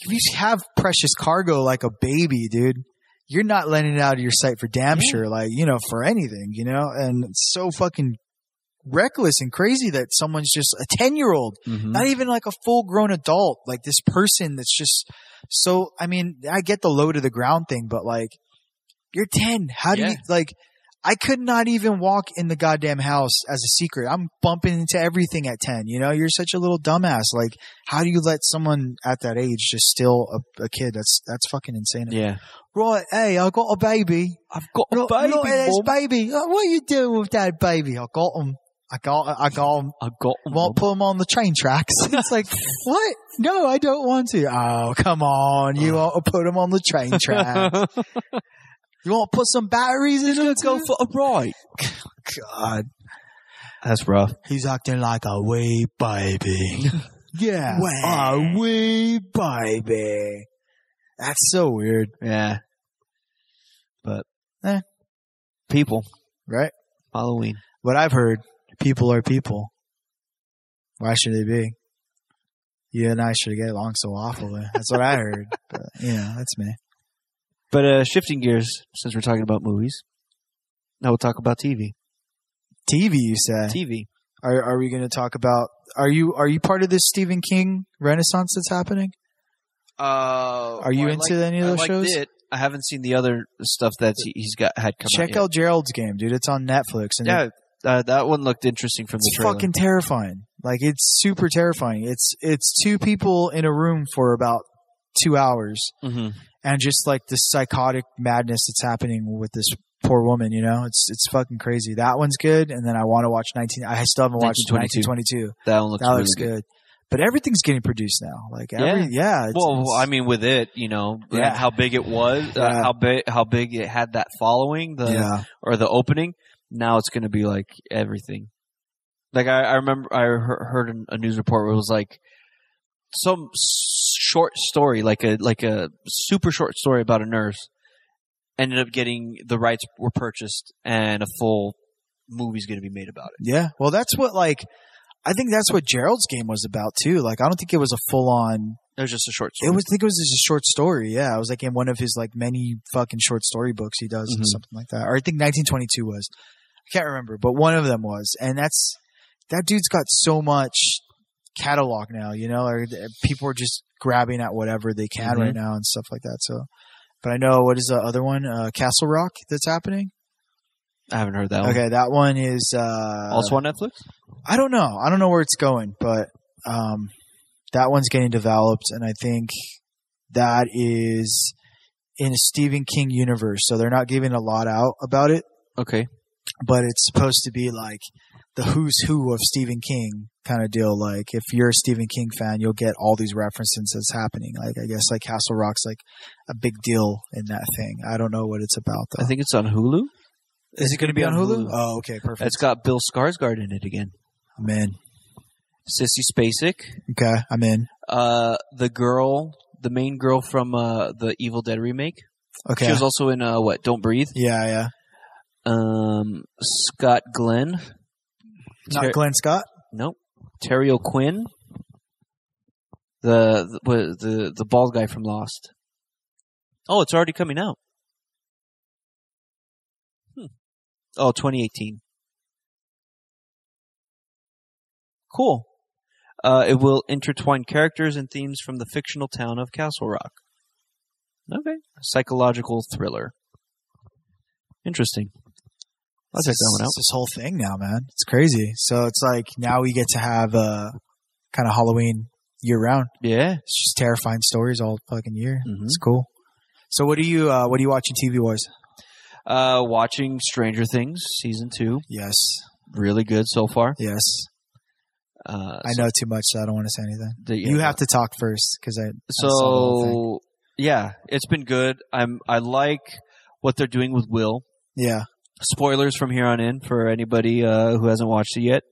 if you have precious cargo like a baby, dude. you're not letting it out of your sight for damn Yeah. sure. Like, you know, for anything, you know, and it's so fucking reckless and crazy that someone's just a 10 year old, Mhm. not even like a full grown adult, like this person that's just so, I mean, I get the low to the ground thing, but like, you're 10. How do Yeah. you, like, I could not even walk in the goddamn house as a secret. I'm bumping into everything at 10. You know, you're such a little dumbass. Like, how do you let someone at that age just steal a, a kid? That's, that's fucking insane. Yeah. Right, hey, I got a baby. I've got Look, look at this baby. Uh, What are you doing with that baby? I got him. I got, I got him. I've got Won't put him on the train tracks. It's like, what? No, I don't want to. Oh, come on. You want to put him on the train track. you want to put some batteries in him? go too? for a ride. God. That's rough. He's acting like a wee baby. yeah. Wah. A wee baby. That's so weird, Yeah. But Eh. people, right? Halloween. what I've heard, people are people. Why should they be? You and I should get along so awfully. That's what I heard. But, you know, that's me. But uh, shifting gears, since we're talking about movies, now we'll talk about TV. TV, you say? TV. Are, are we going to talk about? Are you are you part of this Stephen King Renaissance that's happening? Uh, Are you into any of those shows? I haven't seen the other stuff that he- he's got had come Check out. out Gerald's Game, dude. It's on Netflix, and yet. Yeah, uh, that one looked interesting from the it's trailer. fucking terrifying. Like it's super terrifying. It's it's two people in a room for about two hours, Mhm. and just like the psychotic madness that's happening with this poor woman, you know, it's it's fucking crazy. That one's good, and then I want to watch nineteen. I still haven't watched 1922. nineteen twenty two. That one looks That really looks good. good. but everything's getting produced now. Like every yeah, it's, Well, it's- I mean, with it, you know, Yeah. and how big it was, uh, Yeah. how big how big it had that following, the yeah, or the opening. Now it's going to be like everything. Like I, I remember, I he- heard an- a news report where it was like some s- short story, like a like a super short story about a nurse, ended up getting the rights were purchased and a full movie's going to be made about it. yeah. Well, that's what like. I think that's what Gerald's game was about too. Like, I don't think it was a full on. It was just a short story. It was, I think it was just a short story. Yeah, it was like in one of his like many fucking short story books he does, Mhm. or something like that. Or I think 1922 was. I can't remember, but one of them was, and that's that dude's got so much catalog now, you know, or th- people are just grabbing at whatever they can Mhm. right now and stuff like that. So, but I know what is the other one, uh, Castle Rock, that's happening. I haven't heard that one. Okay, that one is uh, Oh. Also on Netflix. I don't know, I don't know where it's going, but um, that one's getting developed, and I think that is in a Stephen King universe, so they're not giving a lot out about it Okay. but it's supposed to be like the who's who of Stephen King kind of deal. Like if you're a Stephen King fan, you'll get all these references that's happening. Like I guess like Castle Rock's like a big deal in that thing. I don't know what it's about though. I think it's on Hulu. is it going to be on Hulu? Oh, okay, perfect. It's got Bill Skarsgård in it again. I'm in. Sissy Spacek, Okay, I'm in. uh, the girl, the main girl from uh, the Evil Dead remake. Okay. She was also in uh, what? Don't Breathe. yeah, yeah. Um, Scott Glenn. Not Ter- Glenn Scott. Nope. Terry O'Quinn. The the, wa- the the bald guy from Lost. Oh, it's already coming out. Hmm. Oh, 2018. Cool. Uh, it will intertwine characters and themes from the fictional town of Castle Rock. Okay. Psychological thriller. Interesting. I'll check that one out. It's this whole thing now, man. It's crazy. So it's like now we get to have uh, kind of Halloween year round. Yeah. It's just terrifying stories all fucking year. Mhm. It's cool. So what do you uh, what are you watching TV wise? Uh, watching Stranger Things season two, Yes, really good so far. yes. Uh, I know too much, so I don't want to say anything. the- you have to talk first because I I saw the whole thing. So yeah, it's been good. I'm I like what they're doing with Will. yeah, Spoilers from here on in for anybody uh, who hasn't watched it yet.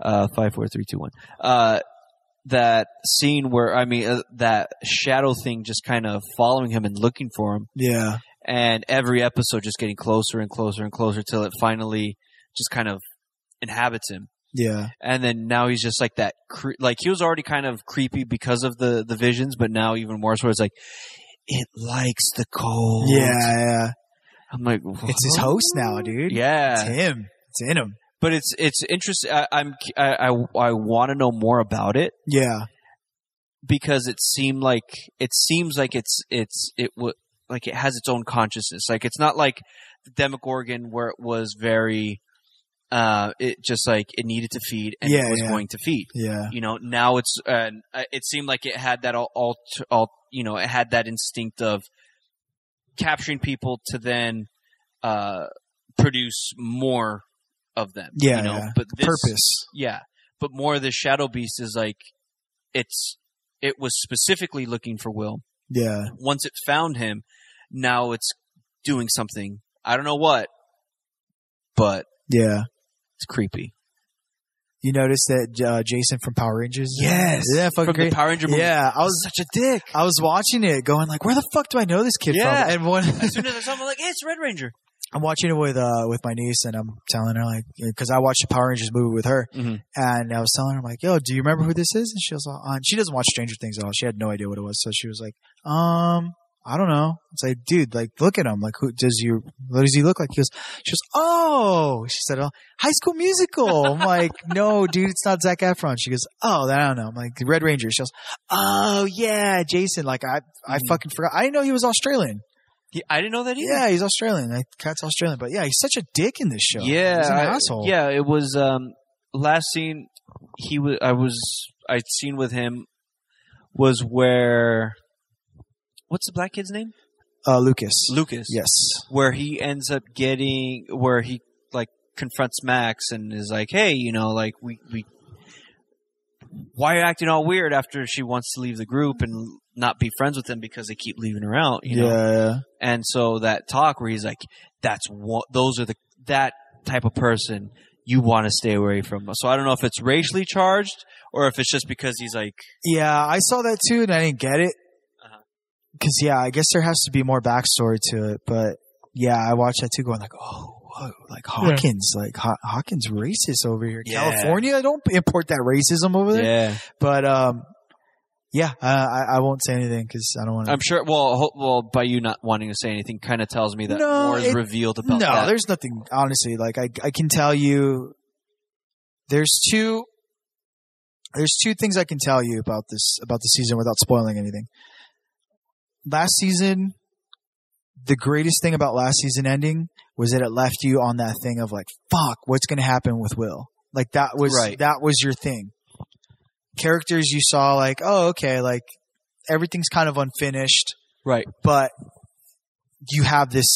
Uh, five, four, three, two, one. Uh, that scene where I mean uh, that shadow thing just kind of following him and looking for him, yeah, and every episode just getting closer and closer and closer till it finally just kind of inhabits him. yeah, and then now he's just like that cre- like he was already kind of creepy because of the the visions but now even more so it's like it likes the cold. Yeah, yeah. I'm like, It's his host now, dude. Yeah. It's him. It's in him. but it's it's interesting. I, I'm I I, I want to know more about it Yeah. because it seemed like it seems like it's it's it would like it has its own consciousness. Like it's not like the Demogorgon where it was very. Uh, it just like it needed to feed and Yeah, it was yeah. going to feed. Yeah. You know, now it's uh, it seemed like it had that all, all all you know it had that instinct of capturing people to then uh produce more of them. Yeah, you know, yeah. but this, Purpose. yeah, but more of the shadow beast is like it's it was specifically looking for Will. Yeah. Once it found him, now it's doing something. I don't know what, but Yeah. it's creepy. You notice that uh, Jason from Power Rangers? Yes. Yeah, fucking From great. the Power Ranger movie. yeah, I was Such a dick. I was watching it, going like, "Where the fuck do I know this kid Yeah. from?" And one, As soon as I saw him, I'm like, hey, it's Red Ranger. I'm watching it with uh with my niece, and I'm telling her like, because I watched the Power Rangers movie with her, Mhm. and I was telling her I'm like, "Yo, do you remember who this is?" And she was all on. She doesn't watch Stranger Things at all. She had no idea what it was, so she was like, "Um." I don't know. It's like, dude, like, look at him. Like, who does you? What does he look like? He goes. She goes. Oh, she said, oh, High School Musical. I'm like, no, dude, it's not Zach Efron. She goes, oh, I don't know. I'm like, Red Ranger. She goes, oh yeah, Jason. Like, I, I Mhm. fucking forgot. I didn't know he was Australian. He, I didn't know that either. Yeah, he's Australian. That cat's Australian, but yeah, he's such a dick in this show. Yeah, he's an I- asshole. Yeah, it was um, last scene. He was. I was. I'd seen with him was where. What's the black kid's name? uh, Lucas. Lucas. Yes, Where he ends up getting where he like confronts Max and is like, "Hey, you know, like we we why are you acting all weird after she wants to leave the group and not be friends with him because they keep leaving her out?" You know. yeah, And so that talk where he's like, "That's what those are the that type of person you want to stay away from." So I don't know if it's racially charged or if it's just because he's like, yeah. I saw that too, and I didn't get it Uh-huh. because yeah, I guess there has to be more backstory to it. But yeah, I watched that too, going like, oh, whoa, like Hawkins, like Haw- Hawkins, racist over here, Yeah. California. Don't import that racism over there. yeah, But um, yeah, I, I I won't say anything because I don't want to. I'm sure. Well, ho- well, by you not wanting to say anything, kind of tells me that No, more is it- revealed No, about that. there's nothing. Honestly, like I, I can tell you, there's two, there's two things I can tell you about this about the season without spoiling anything. Last season, the greatest thing about last season ending was that it left you on that thing of like, fuck, what's going to happen with Will? Like that was Right. that was your thing. Characters you saw like, oh, okay, like everything's kind of unfinished right? but you have this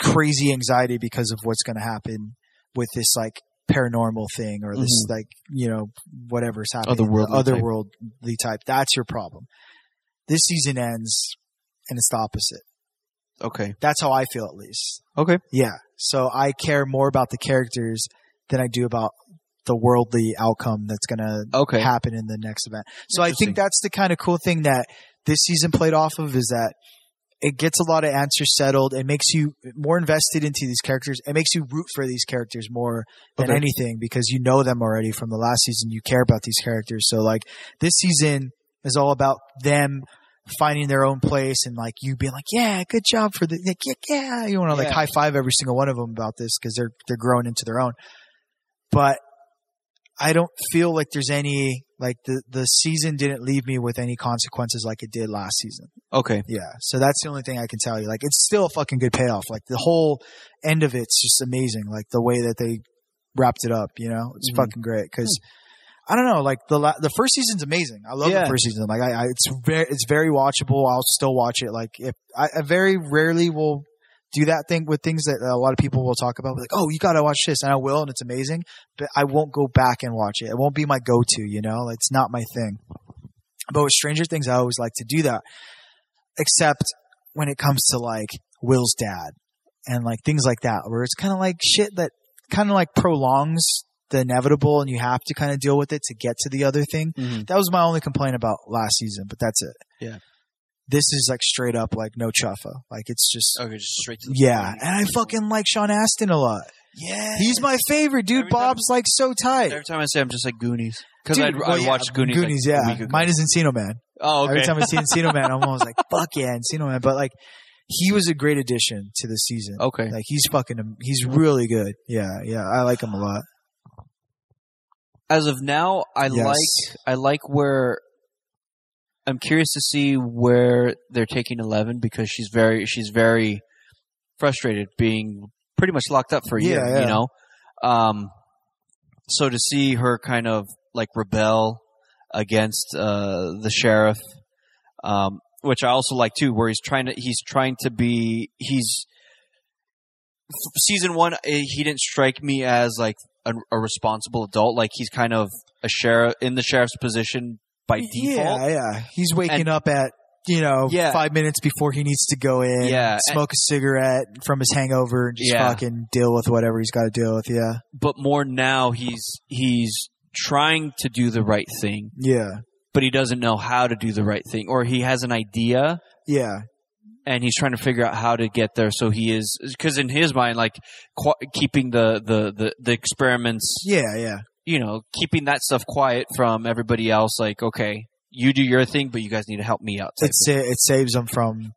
crazy anxiety because of what's going to happen with this like paranormal thing or this like you know whatever's happening Mm-hmm. Otherworldly type. otherworldly type that's your problem this season ends and it's the opposite Okay. that's how i feel at least Okay. yeah so i care more about the characters than i do about the worldly outcome that's going to Okay. happen in the next event. So I Interesting. think that's the kind of cool thing that this season played off of is that it gets a lot of answers settled. It makes you more invested into these characters. It makes you root for these characters more than Okay. anything because you know them already from the last season. You care about these characters. So like this season is all about them finding their own place and like you being like, yeah, good job for the, like, yeah, yeah. You want to like Yeah. high five every single one of them about this because they're, they're growing into their own. But I don't feel like there's any, like the, the season didn't leave me with any consequences like it did last season. Okay. Yeah. So that's the only thing I can tell you. Like it's still a fucking good payoff. Like the whole end of it's just amazing. Like the way that they wrapped it up, you know, it's Mhm. fucking great. Cause I don't know, like the, la- the first season's amazing. I love Hmm. Yeah. the first season. Like I, I, it's very, it's very watchable. I'll still watch it. Like if I, I very rarely will do that thing with things that a lot of people will talk about. Like, oh, you gotta watch this. And I will. And it's amazing, but I won't go back and watch it. It won't be my go-to, you know, like, it's not my thing. But with Stranger Things, I always like to do that except when it comes to like Will's dad and like things like that, where it's kind of like shit that kind of like prolongs the inevitable and you have to kind of deal with it to get to the other thing. Mhm. That was my only complaint about last season, but that's it. Yeah. This is like straight up like no chuffa. Like it's just, Okay. Just straight to the yeah. point. And I fucking like Sean Astin a lot. yeah. He's my favorite, dude. Every time- Bob's like so tight. Every time I say I'm just like Goonies because Dude, I well, yeah, watched Goonies. like, Goonies, a yeah. week ago. Mine is Encino Man. Oh, okay. Every time I see Encino Man, I'm always like, fuck yeah, Encino Man. But like, he was a great addition to the season. okay. Like he's fucking, he's really good. Yeah, yeah, I like him a lot. As of now, I Yes. like I like where I'm curious to see where they're taking Eleven because she's very she's very frustrated being pretty much locked up for a year, Yeah, yeah. you know. Um so to see her kind of like rebel against uh the sheriff um which I also like too where he's trying to he's trying to be he's f- season 1 eh, he didn't strike me as like a, a responsible adult like he's kind of a sheriff in the sheriff's position by default Yeah, yeah. He's waking And- up at you know Yeah. five minutes before he needs to go in. Yeah, and- smoke a cigarette from his hangover and just Yeah. fucking deal with whatever he's got to deal with. Yeah, but more now he's he's trying to do the right thing yeah, but he doesn't know how to do the right thing or he has an idea yeah, and he's trying to figure out how to get there so he is because in his mind like qu- keeping the, the the the experiments yeah, yeah. you know keeping that stuff quiet from everybody else like okay you do your thing but you guys need to help me out type It sa- it saves him from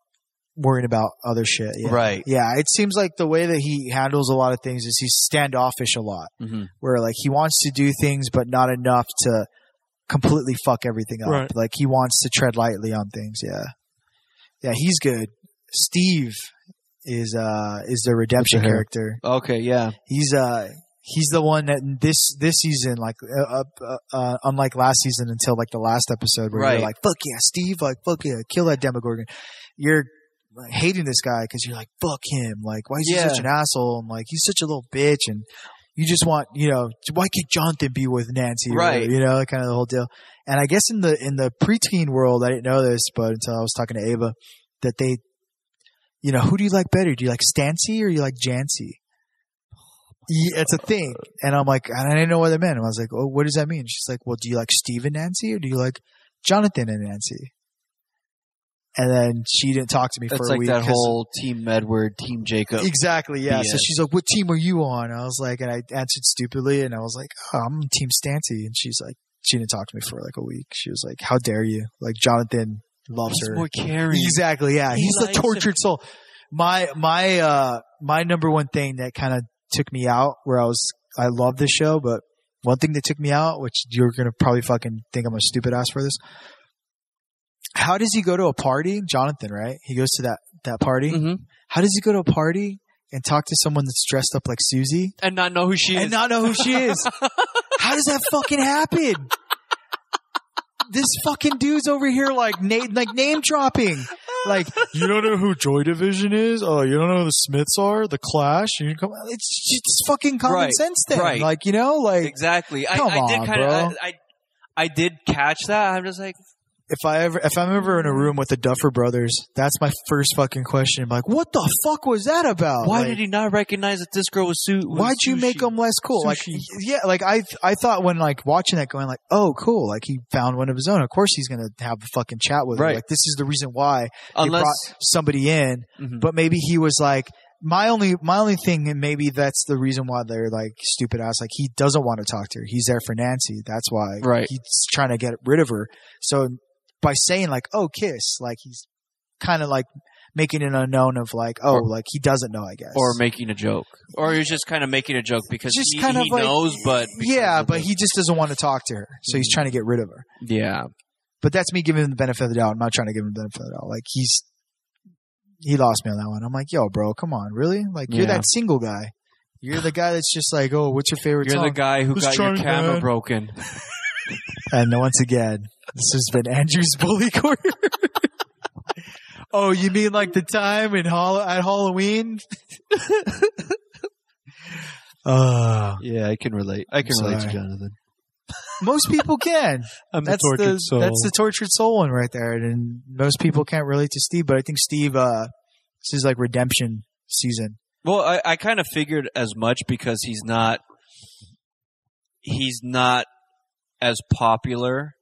worrying about other shit. of- Yeah. right Yeah, it seems like the way that he handles a lot of things is he's standoffish a lot, hmm where like he wants to do things but not enough to completely fuck everything up. Right. Like he wants to tread lightly on things. Yeah, yeah, he's good. Steve is uh is the redemption hair. character. okay yeah He's uh he's the one that this this season like uh, up, uh, uh, unlike last season until like the last episode where Right. you're like fuck yeah Steve like fuck yeah kill that Demogorgon. You're like, hating this guy because you're like fuck him like why is Yeah. he such an asshole and like he's such a little bitch and you just want you know why can't Jonathan be with Nancy or Right. whatever, you know kind of the whole deal. And I guess in the in the preteen world I didn't know this but until I was talking to Ava that they you know, who do you like better? Do you like Stancy or you like Jancy? Yeah, it's a thing. And I'm like, and I didn't know what that meant. And I was like, oh, what does that mean? She's like, well, do you like Steve and Nancy or do you like Jonathan and Nancy? And then she didn't talk to me that's for a like week. that 'cause- whole team edward team jacob Exactly. Yeah. BS. So she's like, "What team are you on?" I was like, and I answered stupidly, and I was like, oh, "I'm on Team Stancy." And she's like, she didn't talk to me for like a week. She was like, "How dare you?" Like Jonathan loves He's her. more caring Exactly. Yeah. He He's the likes it. tortured soul. My, my, uh, my number one thing that kind of took me out where I was, I love this show, but one thing that took me out, which you're going to probably fucking think I'm a stupid ass for this. How does he go to a party? Jonathan, right? He goes to that, that party. hmm How does he go to a party and talk to someone that's dressed up like Susie? and not know who she is and not know who she is. How does that fucking happen? This fucking dude's over here like na- like name dropping. Like you don't know who Joy Division is? Oh, you don't know who the Smiths are? The Clash? You come, it's it's fucking common Right, sense thing. right. Like you know, like exactly I, Come I did on, kind of bro. I, I I did catch that i'm just like if I ever if I'm ever in a room with the Duffer Brothers, that's my first fucking question. like, what the fuck was that about? Why Like, did he not recognize that this girl was Sue? Oh, why'd you make him less cool? Sushi. Like, yeah, like I, I thought when like watching that, going like, oh, cool, like he found one of his own. Of course, he's gonna have a fucking chat with Right. her. Like, this is the reason why they Unless, brought somebody in. Mhm. But maybe he was like, my only, my only thing, and maybe that's the reason why they're like stupid ass. Like, he doesn't want to talk to her. He's there for Nancy. That's why. Right. He's trying to get rid of her. So by saying like, oh, kiss, like he's kind of like making it unknown of like, oh, Or- like he doesn't know, I guess, or making a joke, or he's just kind of making a joke because Just he, kind of he like- knows, but because yeah, of but the- Mm-hmm. he just doesn't want to talk to her, so he's trying to get rid of her. yeah, But that's me giving him the benefit of the doubt. I'm not trying to give him the benefit of the doubt. Like he's he lost me on that one. I'm like, yo, bro, come on, really? Like you're Yeah. that single guy. You're the guy that's just like, oh, what's your favorite you're the song? guy who Who's got your trying, camera man? broken. and once again, this has been Andrew's bully corner. oh, you mean like the time in Hall- at Halloween? uh, Yeah, I can relate. I can relate to Jonathan. most people can. I'm that's the that's the tortured soul one right there, and most people can't relate to Steve, but I think Steve, uh, this is like redemption season. well, I, I kind of figured as much because he's not he's not as popular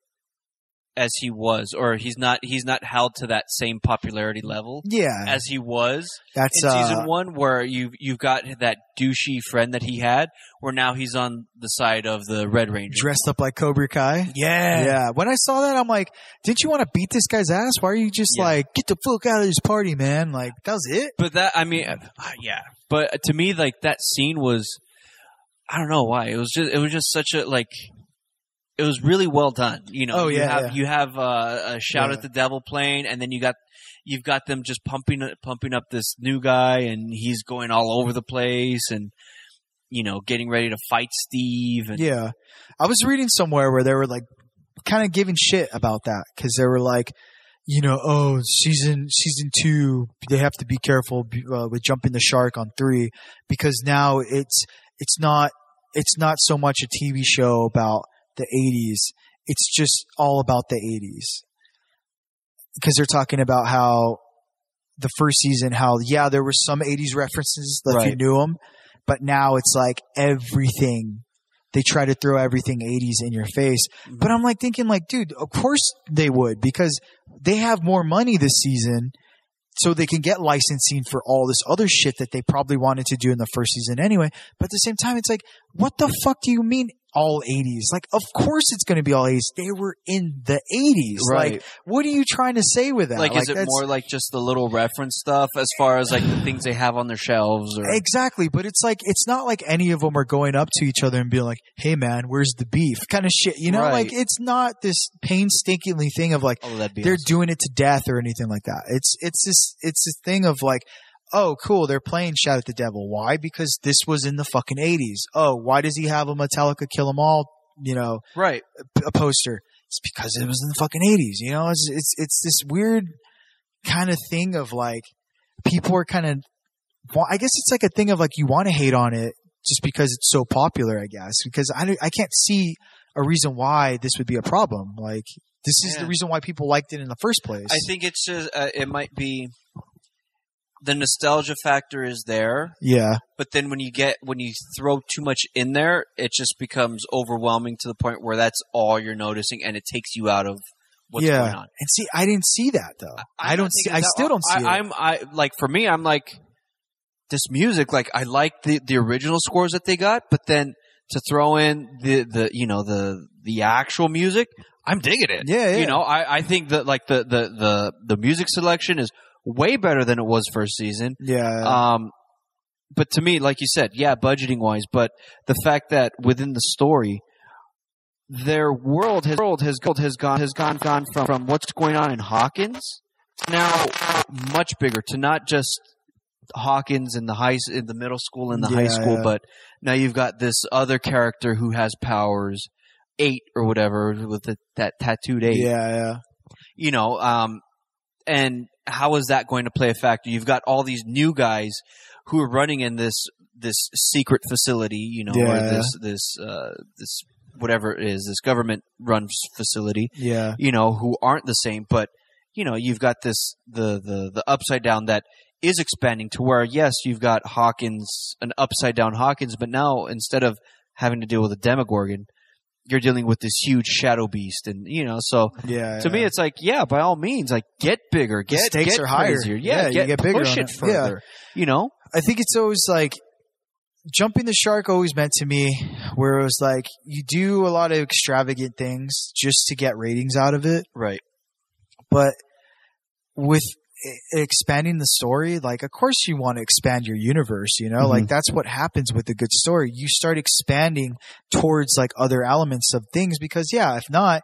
as he was, or he's not he's not held to that same popularity level Yeah, as he was that's in uh, season one, where you've you've got that douchey friend that he had, where now he's on the side of the Red Ranger. dressed up like Cobra Kai. Yeah. Yeah, when I saw that, I'm like, didn't you want to beat this guy's ass? Why are you just Yeah. like, get the fuck out of this party, man? Like, that was it. But that I mean, uh, Ah, yeah. but to me, like that scene was, I don't know why it was just it was just such a like. It was really well done, you know. Oh, you yeah, have yeah. you have uh, a shout Yeah. at the devil plane, and then you got you've got them just pumping pumping up this new guy, and he's going all over the place, and you know, getting ready to fight Steve, and Yeah. I was reading somewhere where they were like kind of giving shit about that because they were like, you know, oh, season season two, they have to be careful b- uh, with jumping the shark on three because now it's it's not it's not so much a TV show about the '80s. It's just all about the '80s because they're talking about how the first season, how yeah, there were some '80s references that you Right. knew them, but now it's like everything they try to throw everything 80s in your face. But I'm like thinking like, dude, of course they would because they have more money this season so they can get licensing for all this other shit that they probably wanted to do in the first season anyway. But at the same time, it's like, what the fuck do you mean all 80s? Like, of course it's going to be all 80s. They were in the 80s. Like, what are you trying to say with that? like, is it that's- more like just the little reference stuff as far as like the things they have on their shelves or Exactly, but it's like it's not like any of them are going up to each other and being like, "Hey, man, where's the beef?" kind of shit. You know, Right. like it's not this painstakingly thing of like oh that'd be they're awesome. doing it to death or anything like that. It's it's this it's this thing of like, oh, cool, they're playing Shout at the Devil. Why? Because this was in the fucking eighties. Oh, why does he have a Metallica Kill 'Em All? You know, right p- a poster. It's because it was in the fucking eighties. You know, it's it's it's this weird kind of thing of like people are kind of. Well, I guess it's like a thing of like you want to hate on it just because it's so popular. I guess because I don't- I can't see a reason why this would be a problem. Like this is Yeah. the reason why people liked it in the first place. I think it's just uh, it might be the nostalgia factor is there, yeah, but then when you get when you throw too much in there, it just becomes overwhelming to the point where that's all you're noticing, and it takes you out of what's Yeah. going on. and see, I didn't see that though. I, don't see. I still don't see I, it. I'm I like for me, I'm like this music. Like I like the the original scores that they got, but then to throw in the the you know the the actual music, I'm digging it. Yeah, yeah. You know, I I think that like the the the the music selection is way better than it was first season. yeah, Um, but to me, like you said, yeah, budgeting wise, but the fact that within the story, their world has world has gone has gone has gone gone from, from what's going on in Hawkins to now much bigger to not just Hawkins in the high s- in the middle school and the high Yeah, school, yeah. but now you've got this other character who has powers, eight or whatever, with the, that tattooed eight yeah, yeah. you know, um, and how is that going to play a factor? You've got all these new guys who are running in this this secret facility, you know, or Yeah. this this uh, this whatever it is, this government run facility, Yeah, you know, who aren't the same, but you know, you've got this the the the upside down that is expanding to where yes, you've got Hawkins, an upside down Hawkins, but now instead of having to deal with a Demogorgon, you're dealing with this huge shadow beast, and you know, so yeah. to me, it's like, yeah, by all means, like get bigger, The get stakes get are higher. crazier. Yeah, Yeah, you get, get bigger push on it it. Yeah. further. You know, I think it's always like jumping the shark always meant to me where it was like you do a lot of extravagant things just to get ratings out of it, right? but with i- expanding the story, like of course you want to expand your universe, you know? Like that's what happens with a good story. You start expanding towards like other elements of things because yeah, if not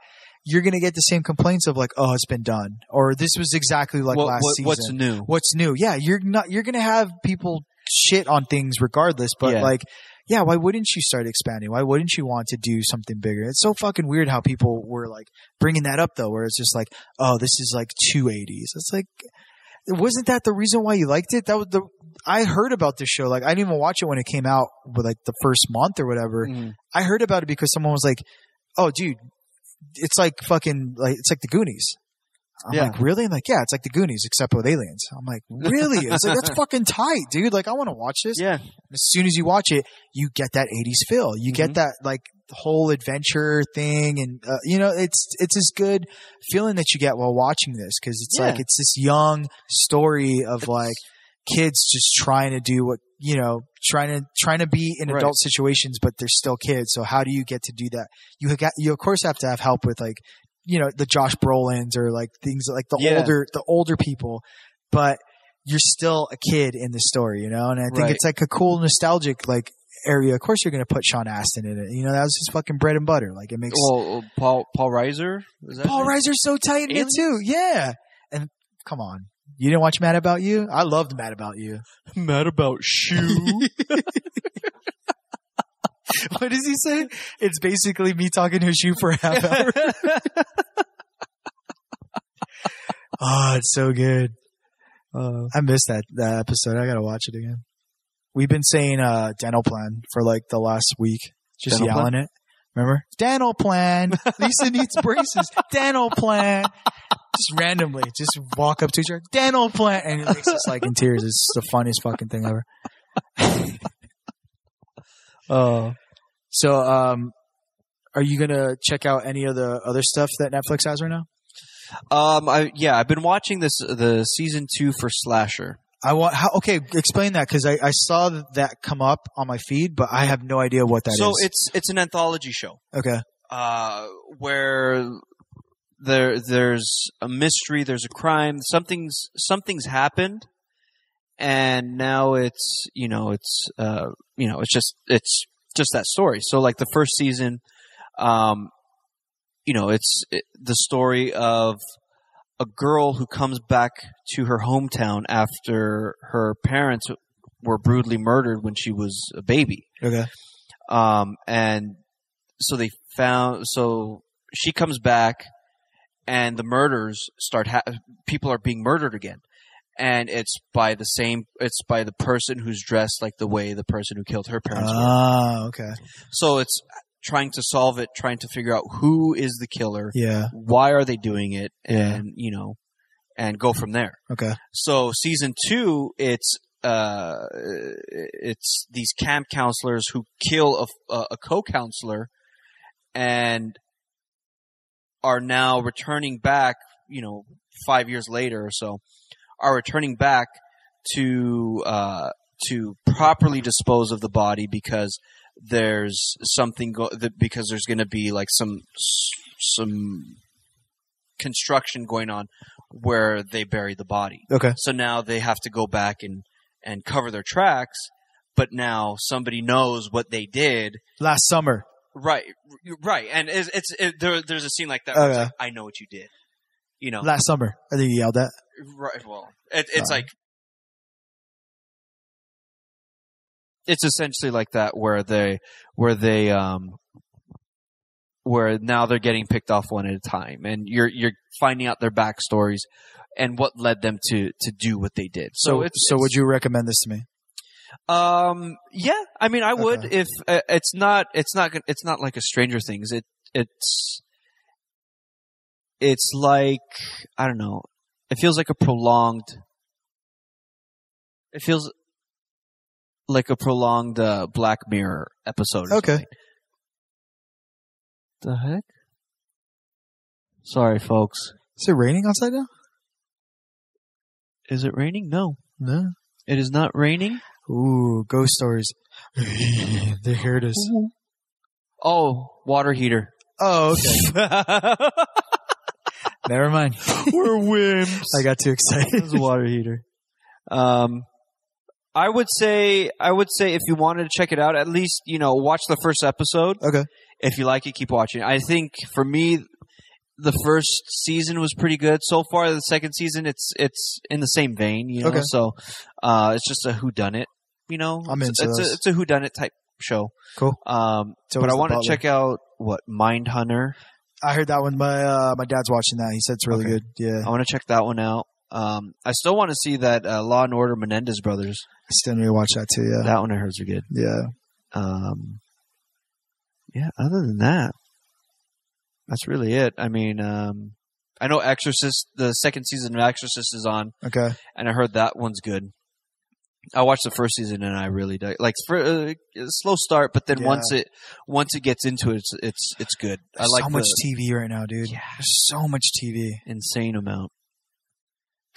you're going to get the same complaints of like, oh, it's been done, or this was exactly like last season what's new? what's new. Yeah, you're not you're gonna have people shit on things regardless, but Yeah. like yeah, why wouldn't you start expanding? Why wouldn't you want to do something bigger? It's so fucking weird how people were like bringing that up though, where it's just like, oh, this is like two eighties. It's like, wasn't that the reason why you liked it? That was the I heard about this show. Like I didn't even watch it when it came out, with like the first month or whatever. Mm. I heard about it because someone was like, "Oh, dude, it's like fucking like it's like the Goonies." I'm Yeah. like, "Really?" I'm like, "Yeah, it's like the Goonies except with aliens." I'm like, "Really?" It's like that's fucking tight, dude. Like I want to watch this. Yeah, And as soon as you watch it, you get that 80s feel. You Mhm. get that like whole adventure thing, and uh, you know, it's it's this good feeling that you get while watching this because it's Yeah. like it's this young story of like kids just trying to do what you know, trying to trying to be in Right. adult situations, but they're still kids. So how do you get to do that? You got you of course have to have help with like you know the Josh Brolins or like things like the Yeah. older the older people, but you're still a kid in the story, you know. And I think Right. it's like a cool nostalgic like area. Of course, you're going to put Sean Astin in it. You know, that was his fucking bread and butter. Like it makes Well, uh, Paul Paul Reiser. Is that Paul his name? Reiser's so tight in it too. Yeah, and come on, you didn't watch Mad About You? I loved Mad About You. Mad about shoe. What does he say? It's basically me talking to you for a half hour. oh, it's so good. Uh, I missed that that episode. I gotta watch it again. We've been saying uh dental plan for like the last week. Just Dental plan? yelling it. Remember? Dental plan. Lisa needs braces. Dental plan. Just randomly. Just walk up to each other. Dental plan and it makes us like in tears. It's the funniest fucking thing ever. uh, So um are you gonna check out any of the other stuff that Netflix has right now? um, I yeah, I've been watching this the season two for Slasher. I want how okay, explain that because I, I saw that come up on my feed, but I have no idea what that is. so it's it's an anthology show. okay. uh, where there there's a mystery, there's a crime, something's something's happened, and now it's you know it's uh, you know it's just it's just that story. So like the first season, um, you know it's it, the story of a girl who comes back to her hometown after her parents were brutally murdered when she was a baby Okay. um, and so they found so she comes back and the murders start ha- people are being murdered again and it's by the same it's by the person who's dressed like the way the person who killed her parents were Ah, okay. so it's trying to solve it trying to figure out who is the killer Yeah. why are they doing it Yeah. and you know and go from there Okay. so season two, it's uh, it's these camp counselors who kill a, a, co-counselor and are now returning back. You know, five years later or so, are returning back to uh, to properly dispose of the body because there's something go- that, because there's going to be like some s- some construction going on where they bury the body. Okay. So now they have to go back and, and cover their tracks, but now somebody knows what they did. Last summer. Right, right. And it's, it's it, there, there's a scene like that. Where it's Okay. like, I know what you did. You know, Last summer. I think you yelled that. right. Well, it, it's Sorry. like it's essentially like that where they where they um where now they're getting picked off one at a time and you're you're finding out their backstories and what led them to to do what they did. So, So it's so it's- would you recommend this to me? um. Yeah. I mean, I would Okay. if uh, it's not. It's not. gon- It's not like a Stranger Things. It. It's. It's like I don't know. It feels like a prolonged. It feels like a prolonged uh, Black Mirror episode. or Okay. something. The heck? Sorry, folks. Is it raining outside now? Is it raining? No, No. it is not raining. Ooh, ghost stories. they heard us. Oh, water heater. Oh, okay. Never mind. We're wimps. I got too excited. a water heater. Um, I would say I would say if you wanted to check it out, at least you know watch the first episode. Okay. If you like it, keep watching. I think for me, the first season was pretty good. So far, the second season it's it's in the same vein, you know. Okay. So uh, it's just a who done it, you know. I'm it's, into it's those. a it's a who done it type show. Cool. Um, So but is I the want to butler. check out what Mind Hunter. I heard that one. My uh, my dad's watching that. He said it's really Okay. good. Yeah. I want to check that one out. Um, I still want to see that uh, Law and Order Menendez brothers. I still need to watch that too. Yeah. That one I heard was good. yeah. Um, yeah, other than that, that's really it. I mean, um, I know Exorcist, the second season of Exorcist is on, Okay. and I heard that one's good. I watched the first season and I really dug like for, uh, slow start, but then Yeah. once it once it gets into it, it's it's it's good. I There's like so much the TV right now, dude. Yeah. There's so much TV. insane amount.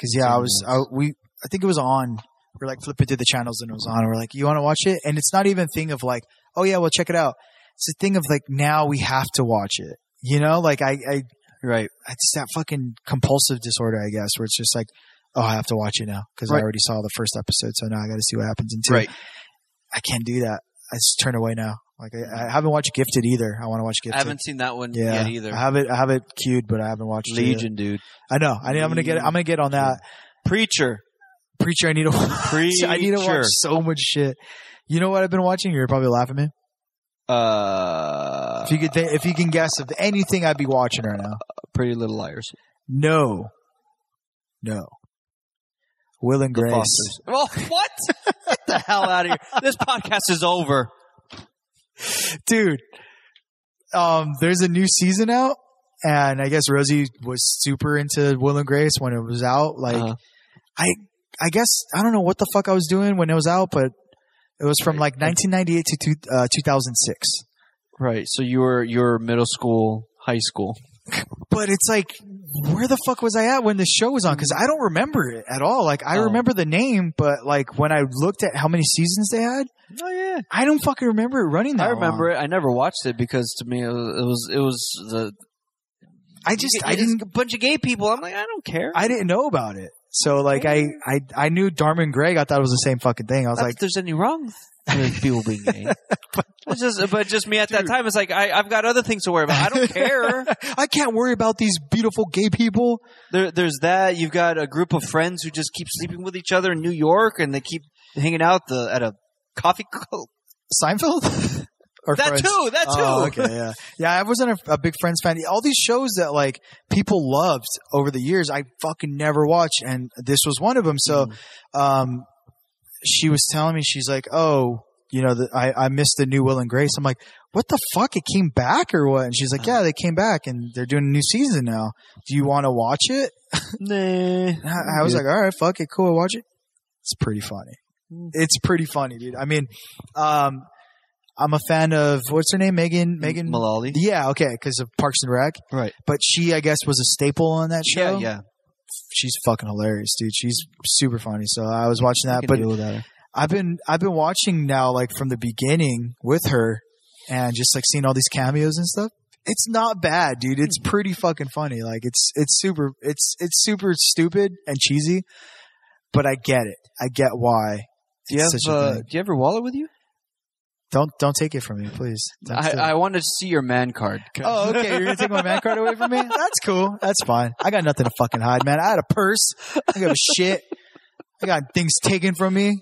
Cause yeah, I was, I, we, I think it was on. We're like flipping through the channels and it was on. We're like, you want to watch it? And it's not even a thing of like, oh yeah, well check it out. It's a thing of like, now we have to watch it. You know, like I, I, Right. it's that fucking compulsive disorder, I guess, where it's just like, oh, I have to watch it now because I Right. already saw the first episode. So now I got to see what happens in two. Right. I can't do that. I just turn away now. Like I, I haven't watched Gifted either. I want to watch I Gifted. haven't seen that one yeah, yet either. I have it. I have it queued, but I haven't watched it. Legion, dude. I know. I, I'm gonna get. I'm gonna get on that. Preacher. Preacher, I need to watch. Preacher. I need to watch so much shit. You know what I've been watching? You're probably laughing at me. Uh, If you could, th- if you can guess of anything I'd be watching right now. Pretty Little Liars. No, no. Will and The Grace. Fosters. Well, what? Get the hell out of here. This podcast is over. dude. Um, there's a new season out, and I guess Rosie was super into Will and Grace when it was out. Like, Uh-huh. I guess I don't know what the fuck I was doing when it was out, but it was from like Right. 1998 to two, uh, 2006. Right. So you were you were middle school, high school. But it's like, where the fuck was I at when the show was on? Because I don't remember it at all. Like, I Oh. remember the name, but like when I looked at how many seasons they had, Oh yeah. I don't fucking remember it running that I remember it. I never watched it because to me it was it was the long. I just, I It's didn't a bunch of gay people. I'm like I don't care. I didn't know about it. So like I I I knew Dharma and Greg. I thought it was the same fucking thing. I was Not like, that there's any wrong with people being gay. it's just, but just me at that time. It's like I, I've got other things to worry about. I don't care. I can't worry about these beautiful gay people. there, there's that. You've got a group of friends who just keep sleeping with each other in New York, and they keep hanging out the, at a coffee. Co- Seinfeld. or that Friends? too. That too. Oh, okay, yeah, yeah. I wasn't a, a big Friends fan. All these shows that like people loved over the years, I fucking never watched, and this was one of them. So, Hmm. um, she was telling me she's like, oh, you know, the, I I missed the new Will and Grace. I'm like, what the fuck? It came back or what? And she's Uh-huh. like, yeah, they came back, and they're doing a new season now. Do you want to watch it? Nah. And I, I was Yeah. like, all right, fuck it, cool, I'll watch it. It's pretty funny. Mm. It's pretty funny, dude. I mean, um, I'm a fan of what's her name, Megan. Megan. Mullally. yeah, okay, because of Parks and Rec, Right. but she, I guess, was a staple on that show. Yeah. Yeah. she's fucking hilarious, dude. She's super funny. So I was watching I that, can but deal with that. I've been I've been watching now, like from the beginning with her, and just like seeing all these cameos and stuff. It's not bad, dude. It's Hmm. pretty fucking funny. Like it's it's super it's it's super stupid and cheesy, but I get it. I get why. Do you have Such a uh, thing. Do you have your wallet with you? Don't Don't don't take it from me, please. Don't I, steal it. I want to see your man card. oh, okay. You're gonna take my man card away from me? That's cool. That's fine. I got nothing to fucking hide, man. I had a purse. I gave a shit. I got things taken from me.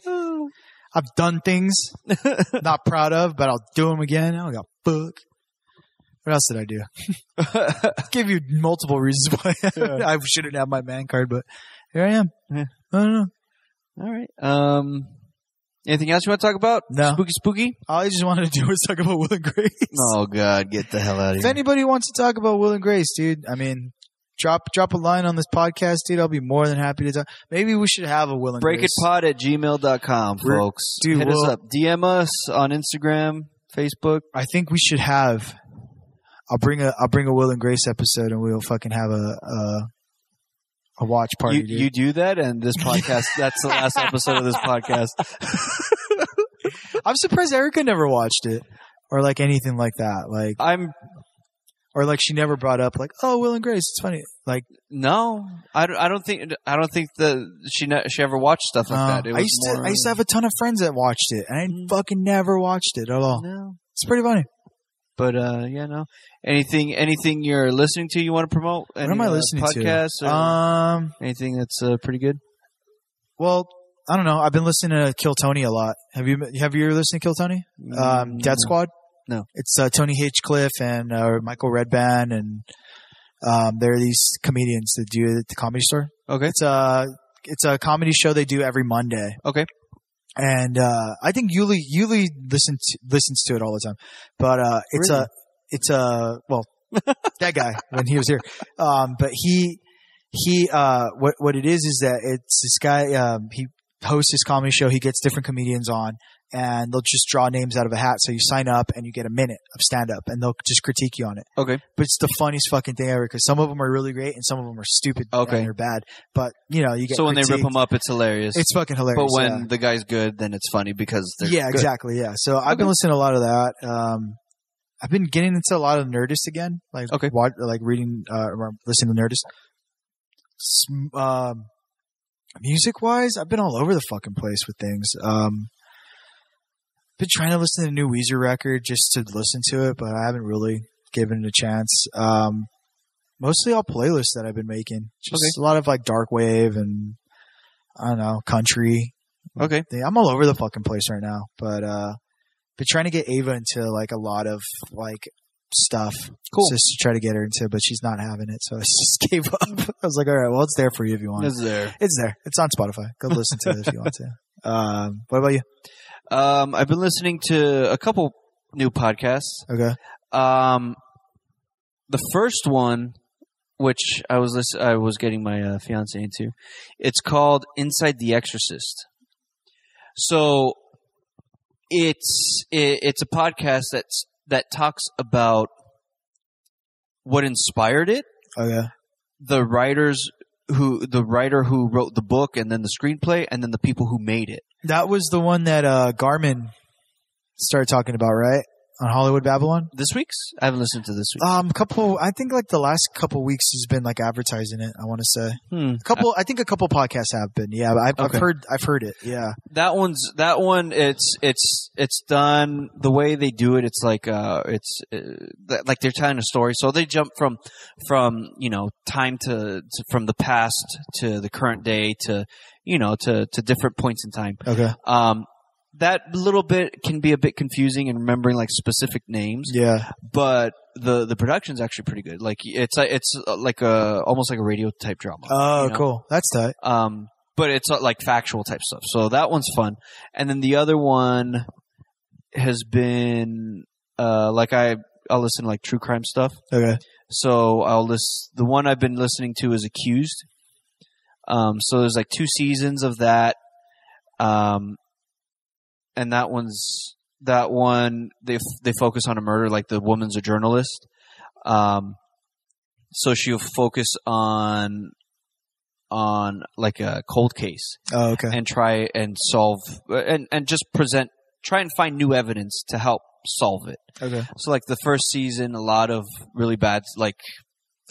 I've done things not proud of, but I'll do them again. I don't got fuck. What else did I do? Give you multiple reasons why I shouldn't have my man card, but here I am. Yeah. I don't know. All right. Um, anything else you want to talk about? No. Spooky, spooky. All I just wanted to do was talk about Will and Grace. Oh God, get the hell out If anybody wants to talk about Will and Grace, dude, I mean, drop drop a line on this podcast, dude. I'll be more than happy to talk. Maybe we should have a Will and Grace. Breakitpod at gmail.com, We're- folks. dude, Hit us we'll- up. DM us on Instagram, Facebook. I think we should have. I'll bring a I'll bring a Will and Grace episode, and we'll fucking have a a, a watch party. You, dude. you do that, and this podcast, that's the last episode of this podcast. I'm surprised Erica never watched it or like anything like that. Like I'm, or like she never brought up like oh Will and Grace. It's funny. Like no, I don't, I don't think, I don't think that she, ne- she ever watched stuff like uh, that. It was I used more- to I used to have a ton of friends that watched it, and I Mm. fucking never watched it at all. no. It's pretty funny. But, uh, yeah, no. Anything, anything you're listening to you want to promote? Any, What am I uh, listening podcasts to? Or Um. anything that's uh, pretty good? Well, I don't know. I've been listening to Kill Tony a lot. Have you Have you ever listened to Kill Tony? Um, Dead Squad. Mm. No. it's uh, Tony Hitchcliffe and uh, Michael Redband, and um, there are these comedians that do it at the comedy store. Okay. It's a it's a comedy show they do every Monday. Okay. And uh, I think Yuli Yuli listens listens to it all the time, but uh, it's Really? a it's a well that guy when he was here, um, but he he uh, what what it is is that it's this guy um, he hosts his comedy show. He gets different comedians on and they'll just draw names out of a hat. So you sign up and you get a minute of stand up and they'll just critique you on it. Okay. But it's the funniest fucking thing ever because some of them are really great and some of them are stupid Okay. and they're bad. But you know, you get So when they rip critiqued. them up, it's hilarious. it's fucking hilarious. but when yeah. the guy's good, then it's funny because they're yeah good. exactly yeah so i've been Okay. listening to a lot of that um i've been getting into a lot of nerdist again like Okay. wa- like reading uh or listening to nerdist S- um music wise i've been all over the fucking place with things um been trying to listen to a new weezer record just to listen to it but i haven't really given it a chance um mostly all playlists that i've been making just Okay. a lot of like dark wave and i don't know country Okay. thing. I'm all over the fucking place right now, but uh, been trying to get Ava into like a lot of like stuff, Cool. just to try to get her into, but she's not having it, so I just gave up. I was like, all right, well, it's there for you if you want. It's, Is there? there. It's on Spotify. Go listen to it if you want to. Um, what about you? Um, I've been listening to a couple new podcasts. Okay. Um, the first one, which I was listen- I was getting my uh, fiance into, it's called Inside the Exorcist. So it's it, it's a podcast that's that talks about what inspired it, Okay. the writers who the writer who wrote the book, and then the screenplay, and then the people who made it. That was the one that uh, Garmin started talking about, right? On Hollywood Babylon. This week's I haven't listened to this week. Um, couple. I think like the last couple weeks has been like advertising it. I want to say Hmm. a couple. I think a couple podcasts have been. Yeah, I've, Okay. I've heard. I've heard it. Yeah. that one's that one it's it's it's done the way they do it it's like uh it's uh, th- like they're telling a story so they jump from from you know time to, to from the past to the current day to you know to to different points in time Okay. um that little bit can be a bit confusing and remembering like specific names Yeah. but the the production's actually pretty good like it's like it's uh, like a almost like a radio type drama Oh, you know? cool. That's tight. um, but it's uh, like factual type stuff. So that one's fun. And then the other one has been uh, like I I'll listen to like true crime stuff. Okay. So I'll list the one I've been listening to is Accused. Um, so there's like two seasons of that, um, and that one's that one they f- they focus on a murder. Like the woman's a journalist, um, so she'll focus on on like a cold case Oh, okay. and try and solve and and just present try and find new evidence to help solve it. Okay. So like the first season, a lot of really bad, like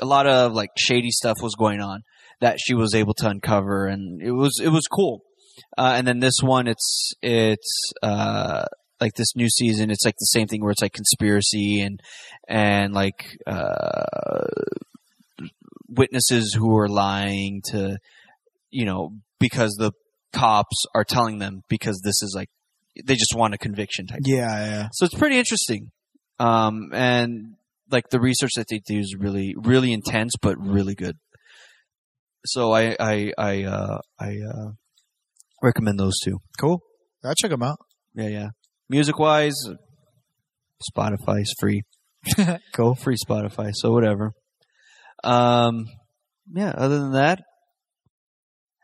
a lot of like shady stuff was going on that she was able to uncover, and it was it was cool. Uh, and then this one, it's it's uh, like this new season, it's like the same thing where it's like conspiracy and and like uh, witnesses who are lying to you know because the cops are telling them because this is like they just want a conviction type. Yeah, So it's pretty interesting. Um, and like the research that they do is really, really intense, but really good. So I, I, I, uh, I, uh, recommend those two. Cool. I'll check them out. Yeah. Yeah. Music wise, Spotify is free, Cool. free Spotify. So whatever. Um, yeah. Other than that,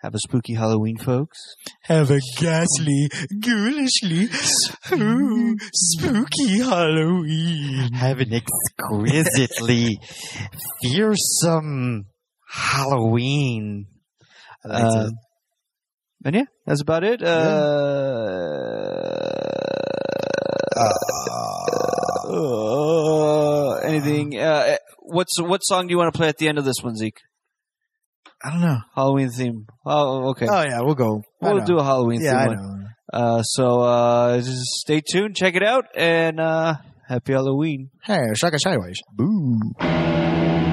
have a spooky Halloween, folks. Have a ghastly, ghoulishly, ooh, spooky Halloween. Have an exquisitely fearsome Halloween. I liked Uh, it. And yeah, that's about it. Uh, Uh, anything? Uh, what's what song do you want to play at the end of this one, Zeke? I don't know. Halloween theme. Oh, okay. Oh yeah, we'll go. I we'll know. do a Halloween Yeah, I theme one. know. Uh, so uh, just stay tuned, check it out, and uh, happy Halloween. Hey, shaka shaka. Boo.